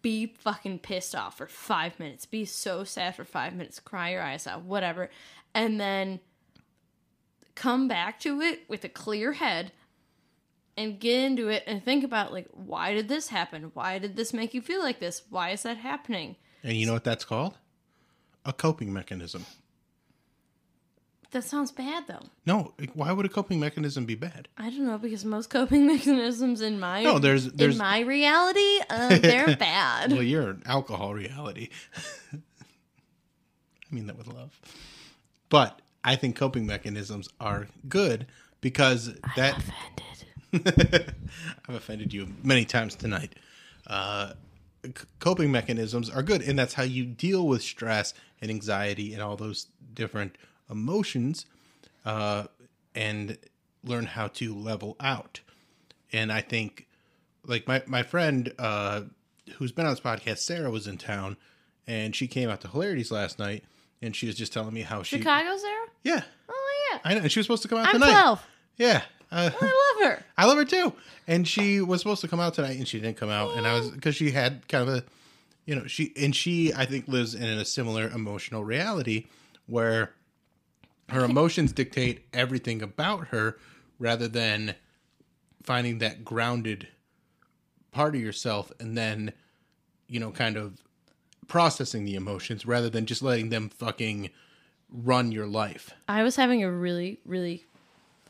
[SPEAKER 12] be fucking pissed off for five minutes. Be so sad for five minutes. Cry your eyes out, whatever, and then come back to it with a clear head and get into it and think about like why did this happen why did this make you feel like this why is that happening
[SPEAKER 2] And you know what that's called? A coping mechanism.
[SPEAKER 12] That sounds bad, though.
[SPEAKER 2] No, like, why would a coping mechanism be bad?
[SPEAKER 12] I don't know because most coping (laughs) mechanisms in my
[SPEAKER 2] No, there's- there's-
[SPEAKER 12] in my reality,
[SPEAKER 2] (laughs)
[SPEAKER 12] um, they're bad.
[SPEAKER 2] well, you're an alcohol reality. (laughs) I mean that with love. But I think coping mechanisms are good because that offended. (laughs) I've offended you many times tonight. Uh, c- coping mechanisms are good, and that's how you deal with stress and anxiety and all those different emotions, uh, and learn how to level out. And I think, like my my friend uh, who's been on this podcast, Sarah was in town, and she came out to Hilarities last night, and she was just telling me how she
[SPEAKER 12] Chicago, Sarah.
[SPEAKER 2] yeah.
[SPEAKER 12] Oh yeah.
[SPEAKER 2] I know. and She was supposed to come out
[SPEAKER 12] I'm
[SPEAKER 2] tonight. (laughs)
[SPEAKER 12] 12.
[SPEAKER 2] Yeah. Uh,
[SPEAKER 12] I love her.
[SPEAKER 2] I love her too. And she was supposed to come out tonight and she didn't come out. And I was, because she had kind of a, you know, she, and she, I think, lives in a similar emotional reality where her emotions dictate everything about her rather than finding that grounded part of yourself and then, you know, kind of processing the emotions rather than just letting them fucking run your life.
[SPEAKER 12] I was having a really, really.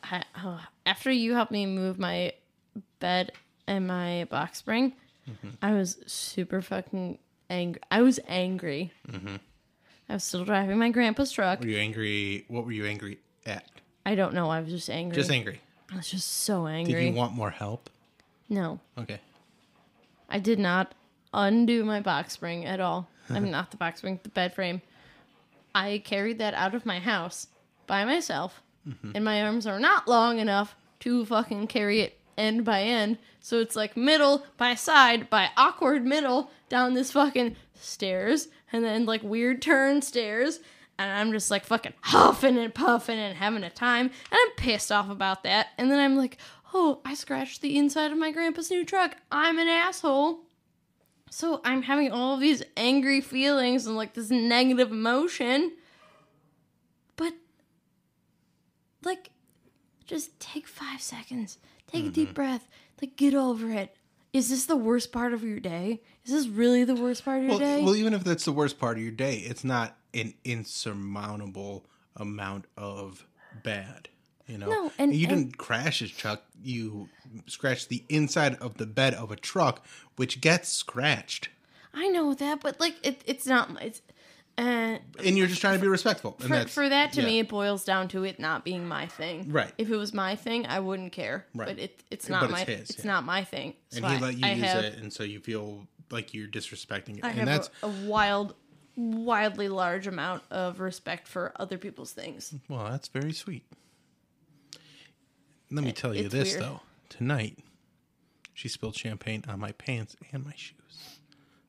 [SPEAKER 12] I- oh, After you helped me move my bed and my box spring,
[SPEAKER 2] Mm-hmm.
[SPEAKER 13] Mhm.
[SPEAKER 12] I was super fucking angry. I was angry.
[SPEAKER 2] Mhm.
[SPEAKER 12] I was still driving my grandpa's truck.
[SPEAKER 2] Were you angry? What were you angry at?
[SPEAKER 12] I don't know. I was just angry.
[SPEAKER 2] Just angry.
[SPEAKER 12] I was just so angry.
[SPEAKER 2] Did you want more help?
[SPEAKER 12] No.
[SPEAKER 2] Okay.
[SPEAKER 12] I did not undo my box spring at all. I'm not the box spring, the bed frame. I carried that out of my house by myself,
[SPEAKER 13] Mhm.
[SPEAKER 12] Mm-hmm. and my arms are not long enough to fucking carry it end by end. So it's like middle by side by awkward middle down this fucking stairs, and then like weird turn stairs. And I'm just like fucking huffing and puffing and having a time, and I'm pissed off about that. And then I'm like, oh, I scratched the inside of my grandpa's new truck. I'm an asshole. So I'm having all of these angry feelings and like this negative emotion. But like just take 5 seconds. Take a deep
[SPEAKER 2] Mm-hmm.
[SPEAKER 13] Mhm.
[SPEAKER 12] breath. Like get over it. Is this the worst part of your day? Is this really the worst part of your
[SPEAKER 2] Well,
[SPEAKER 12] day?
[SPEAKER 2] well, even if that's the worst part of your day, it's not an insurmountable amount of bad. You know,
[SPEAKER 12] No, and-
[SPEAKER 2] you
[SPEAKER 12] and-
[SPEAKER 2] didn't crash his truck. You scratched the inside of the bed of a truck, which gets scratched,
[SPEAKER 12] I know that, but like it, it's not it's uh
[SPEAKER 2] and you're just trying to be respectful. and
[SPEAKER 12] for,
[SPEAKER 2] that's,
[SPEAKER 12] for that to
[SPEAKER 2] yeah.
[SPEAKER 12] me it boils down to it not being my thing
[SPEAKER 2] Right.
[SPEAKER 12] if it was my thing i wouldn't care
[SPEAKER 2] Right.
[SPEAKER 12] but it, it's
[SPEAKER 2] But
[SPEAKER 12] not
[SPEAKER 2] it's
[SPEAKER 12] my
[SPEAKER 2] his,
[SPEAKER 12] it's
[SPEAKER 2] yeah.
[SPEAKER 12] not my thing So
[SPEAKER 2] and he
[SPEAKER 12] I-
[SPEAKER 2] let you
[SPEAKER 12] I
[SPEAKER 2] use
[SPEAKER 12] have-
[SPEAKER 2] it, and so you feel like you're disrespecting it,
[SPEAKER 12] I
[SPEAKER 2] and
[SPEAKER 12] have
[SPEAKER 2] that's
[SPEAKER 12] a, a wild wildly large amount of respect for other people's things.
[SPEAKER 2] Well, that's very sweet. Let me tell you
[SPEAKER 12] it's
[SPEAKER 2] this
[SPEAKER 12] weird.
[SPEAKER 2] though. Tonight, she spilled champagne on my pants and my shoes.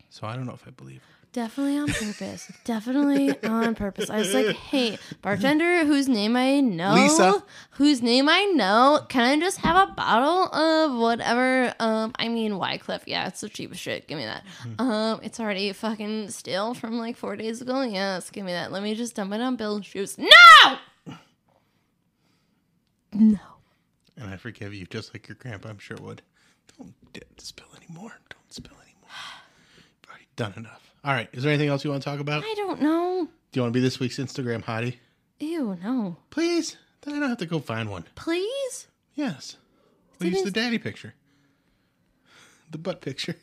[SPEAKER 2] So I don't know if I believe her.
[SPEAKER 12] Definitely on purpose. Definitely on purpose. I was like, hey, bartender whose name I know,
[SPEAKER 2] Lisa.
[SPEAKER 12] whose name I know, can I just have a bottle of whatever? Um, I mean, Wycliffe. Yeah, it's the cheapest shit. Give me that.
[SPEAKER 2] Mm-hmm.
[SPEAKER 12] Um, it's already fucking stale from like four days ago. Yes, give me that. Let me just dump it on Bill's shoes. No!
[SPEAKER 2] And I forgive you, just like your grandpa, I'm sure would. Don't d- spill anymore. Don't spill anymore. You've already done enough. All right. Is there anything else you want to talk about?
[SPEAKER 12] I don't know.
[SPEAKER 2] Do you want to be this week's Instagram hottie?
[SPEAKER 12] Ew, no.
[SPEAKER 2] Please. Then I don't have to go find one.
[SPEAKER 12] Please?
[SPEAKER 2] Yes. We'll use the daddy picture, the butt picture.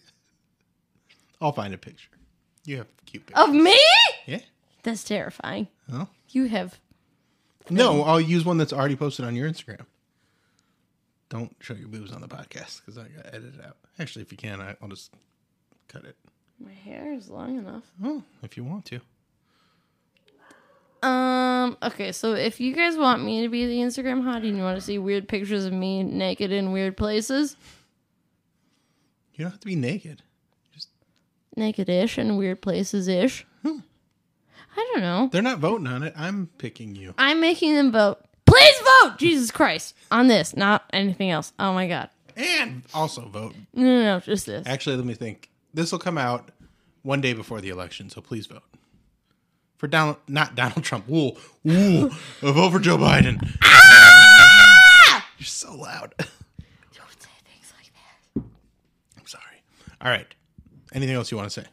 [SPEAKER 2] (laughs) I'll find a picture. You have cute pictures.
[SPEAKER 12] Of me?
[SPEAKER 2] Yeah.
[SPEAKER 12] That's terrifying.
[SPEAKER 2] Oh.
[SPEAKER 12] You have
[SPEAKER 2] No, I'll use one that's already posted on your Instagram. Don't show your boobs on the podcast because I got to edit it out. Actually, if you can, I, I'll just cut it Oh,
[SPEAKER 12] my hair is long enough.
[SPEAKER 2] if you want to.
[SPEAKER 12] Um. Okay. So if you guys want me to be the Instagram hottie and you want to see weird pictures of me naked in weird places,
[SPEAKER 2] You don't have to be naked.
[SPEAKER 12] naked-ish and weird places-ish. I don't know.
[SPEAKER 2] They're not voting on it. I'm picking you.
[SPEAKER 12] I'm making them vote. Please vote, Jesus Christ, on this, not anything else. Oh my God.
[SPEAKER 2] And also vote.
[SPEAKER 12] No, no, no, just this.
[SPEAKER 2] Actually, let me think. This will come out one day before the election, so please vote for Donald, not Donald Trump. Ooh, ooh, (laughs) vote for Joe Biden. You're so loud. (laughs) I'm sorry. All right. Anything else you want to say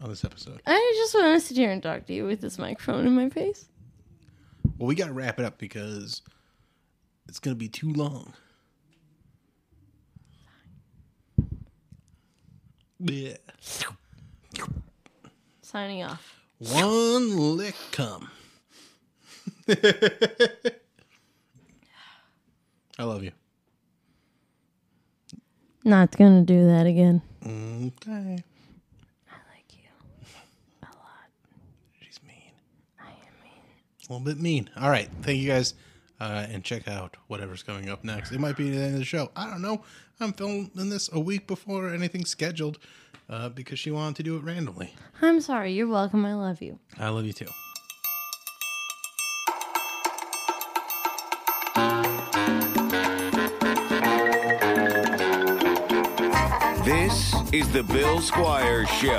[SPEAKER 2] on this episode?
[SPEAKER 12] I just want to sit here and talk to you with this microphone in my face.
[SPEAKER 2] Well, we got to wrap it up because it's going to be too long. Yeah.
[SPEAKER 12] Signing off.
[SPEAKER 2] One lick come. I love you.
[SPEAKER 12] Not gonna do that again.
[SPEAKER 2] Okay. A little bit mean. All right. Thank you guys. Uh, and check out whatever's coming up next. It might be the end of the show. I don't know. I'm filming this a week before anything's scheduled uh, because she wanted to do it randomly.
[SPEAKER 12] I'm sorry. You're welcome. I love you.
[SPEAKER 2] I love you too.
[SPEAKER 1] This is the Bill Squire Show.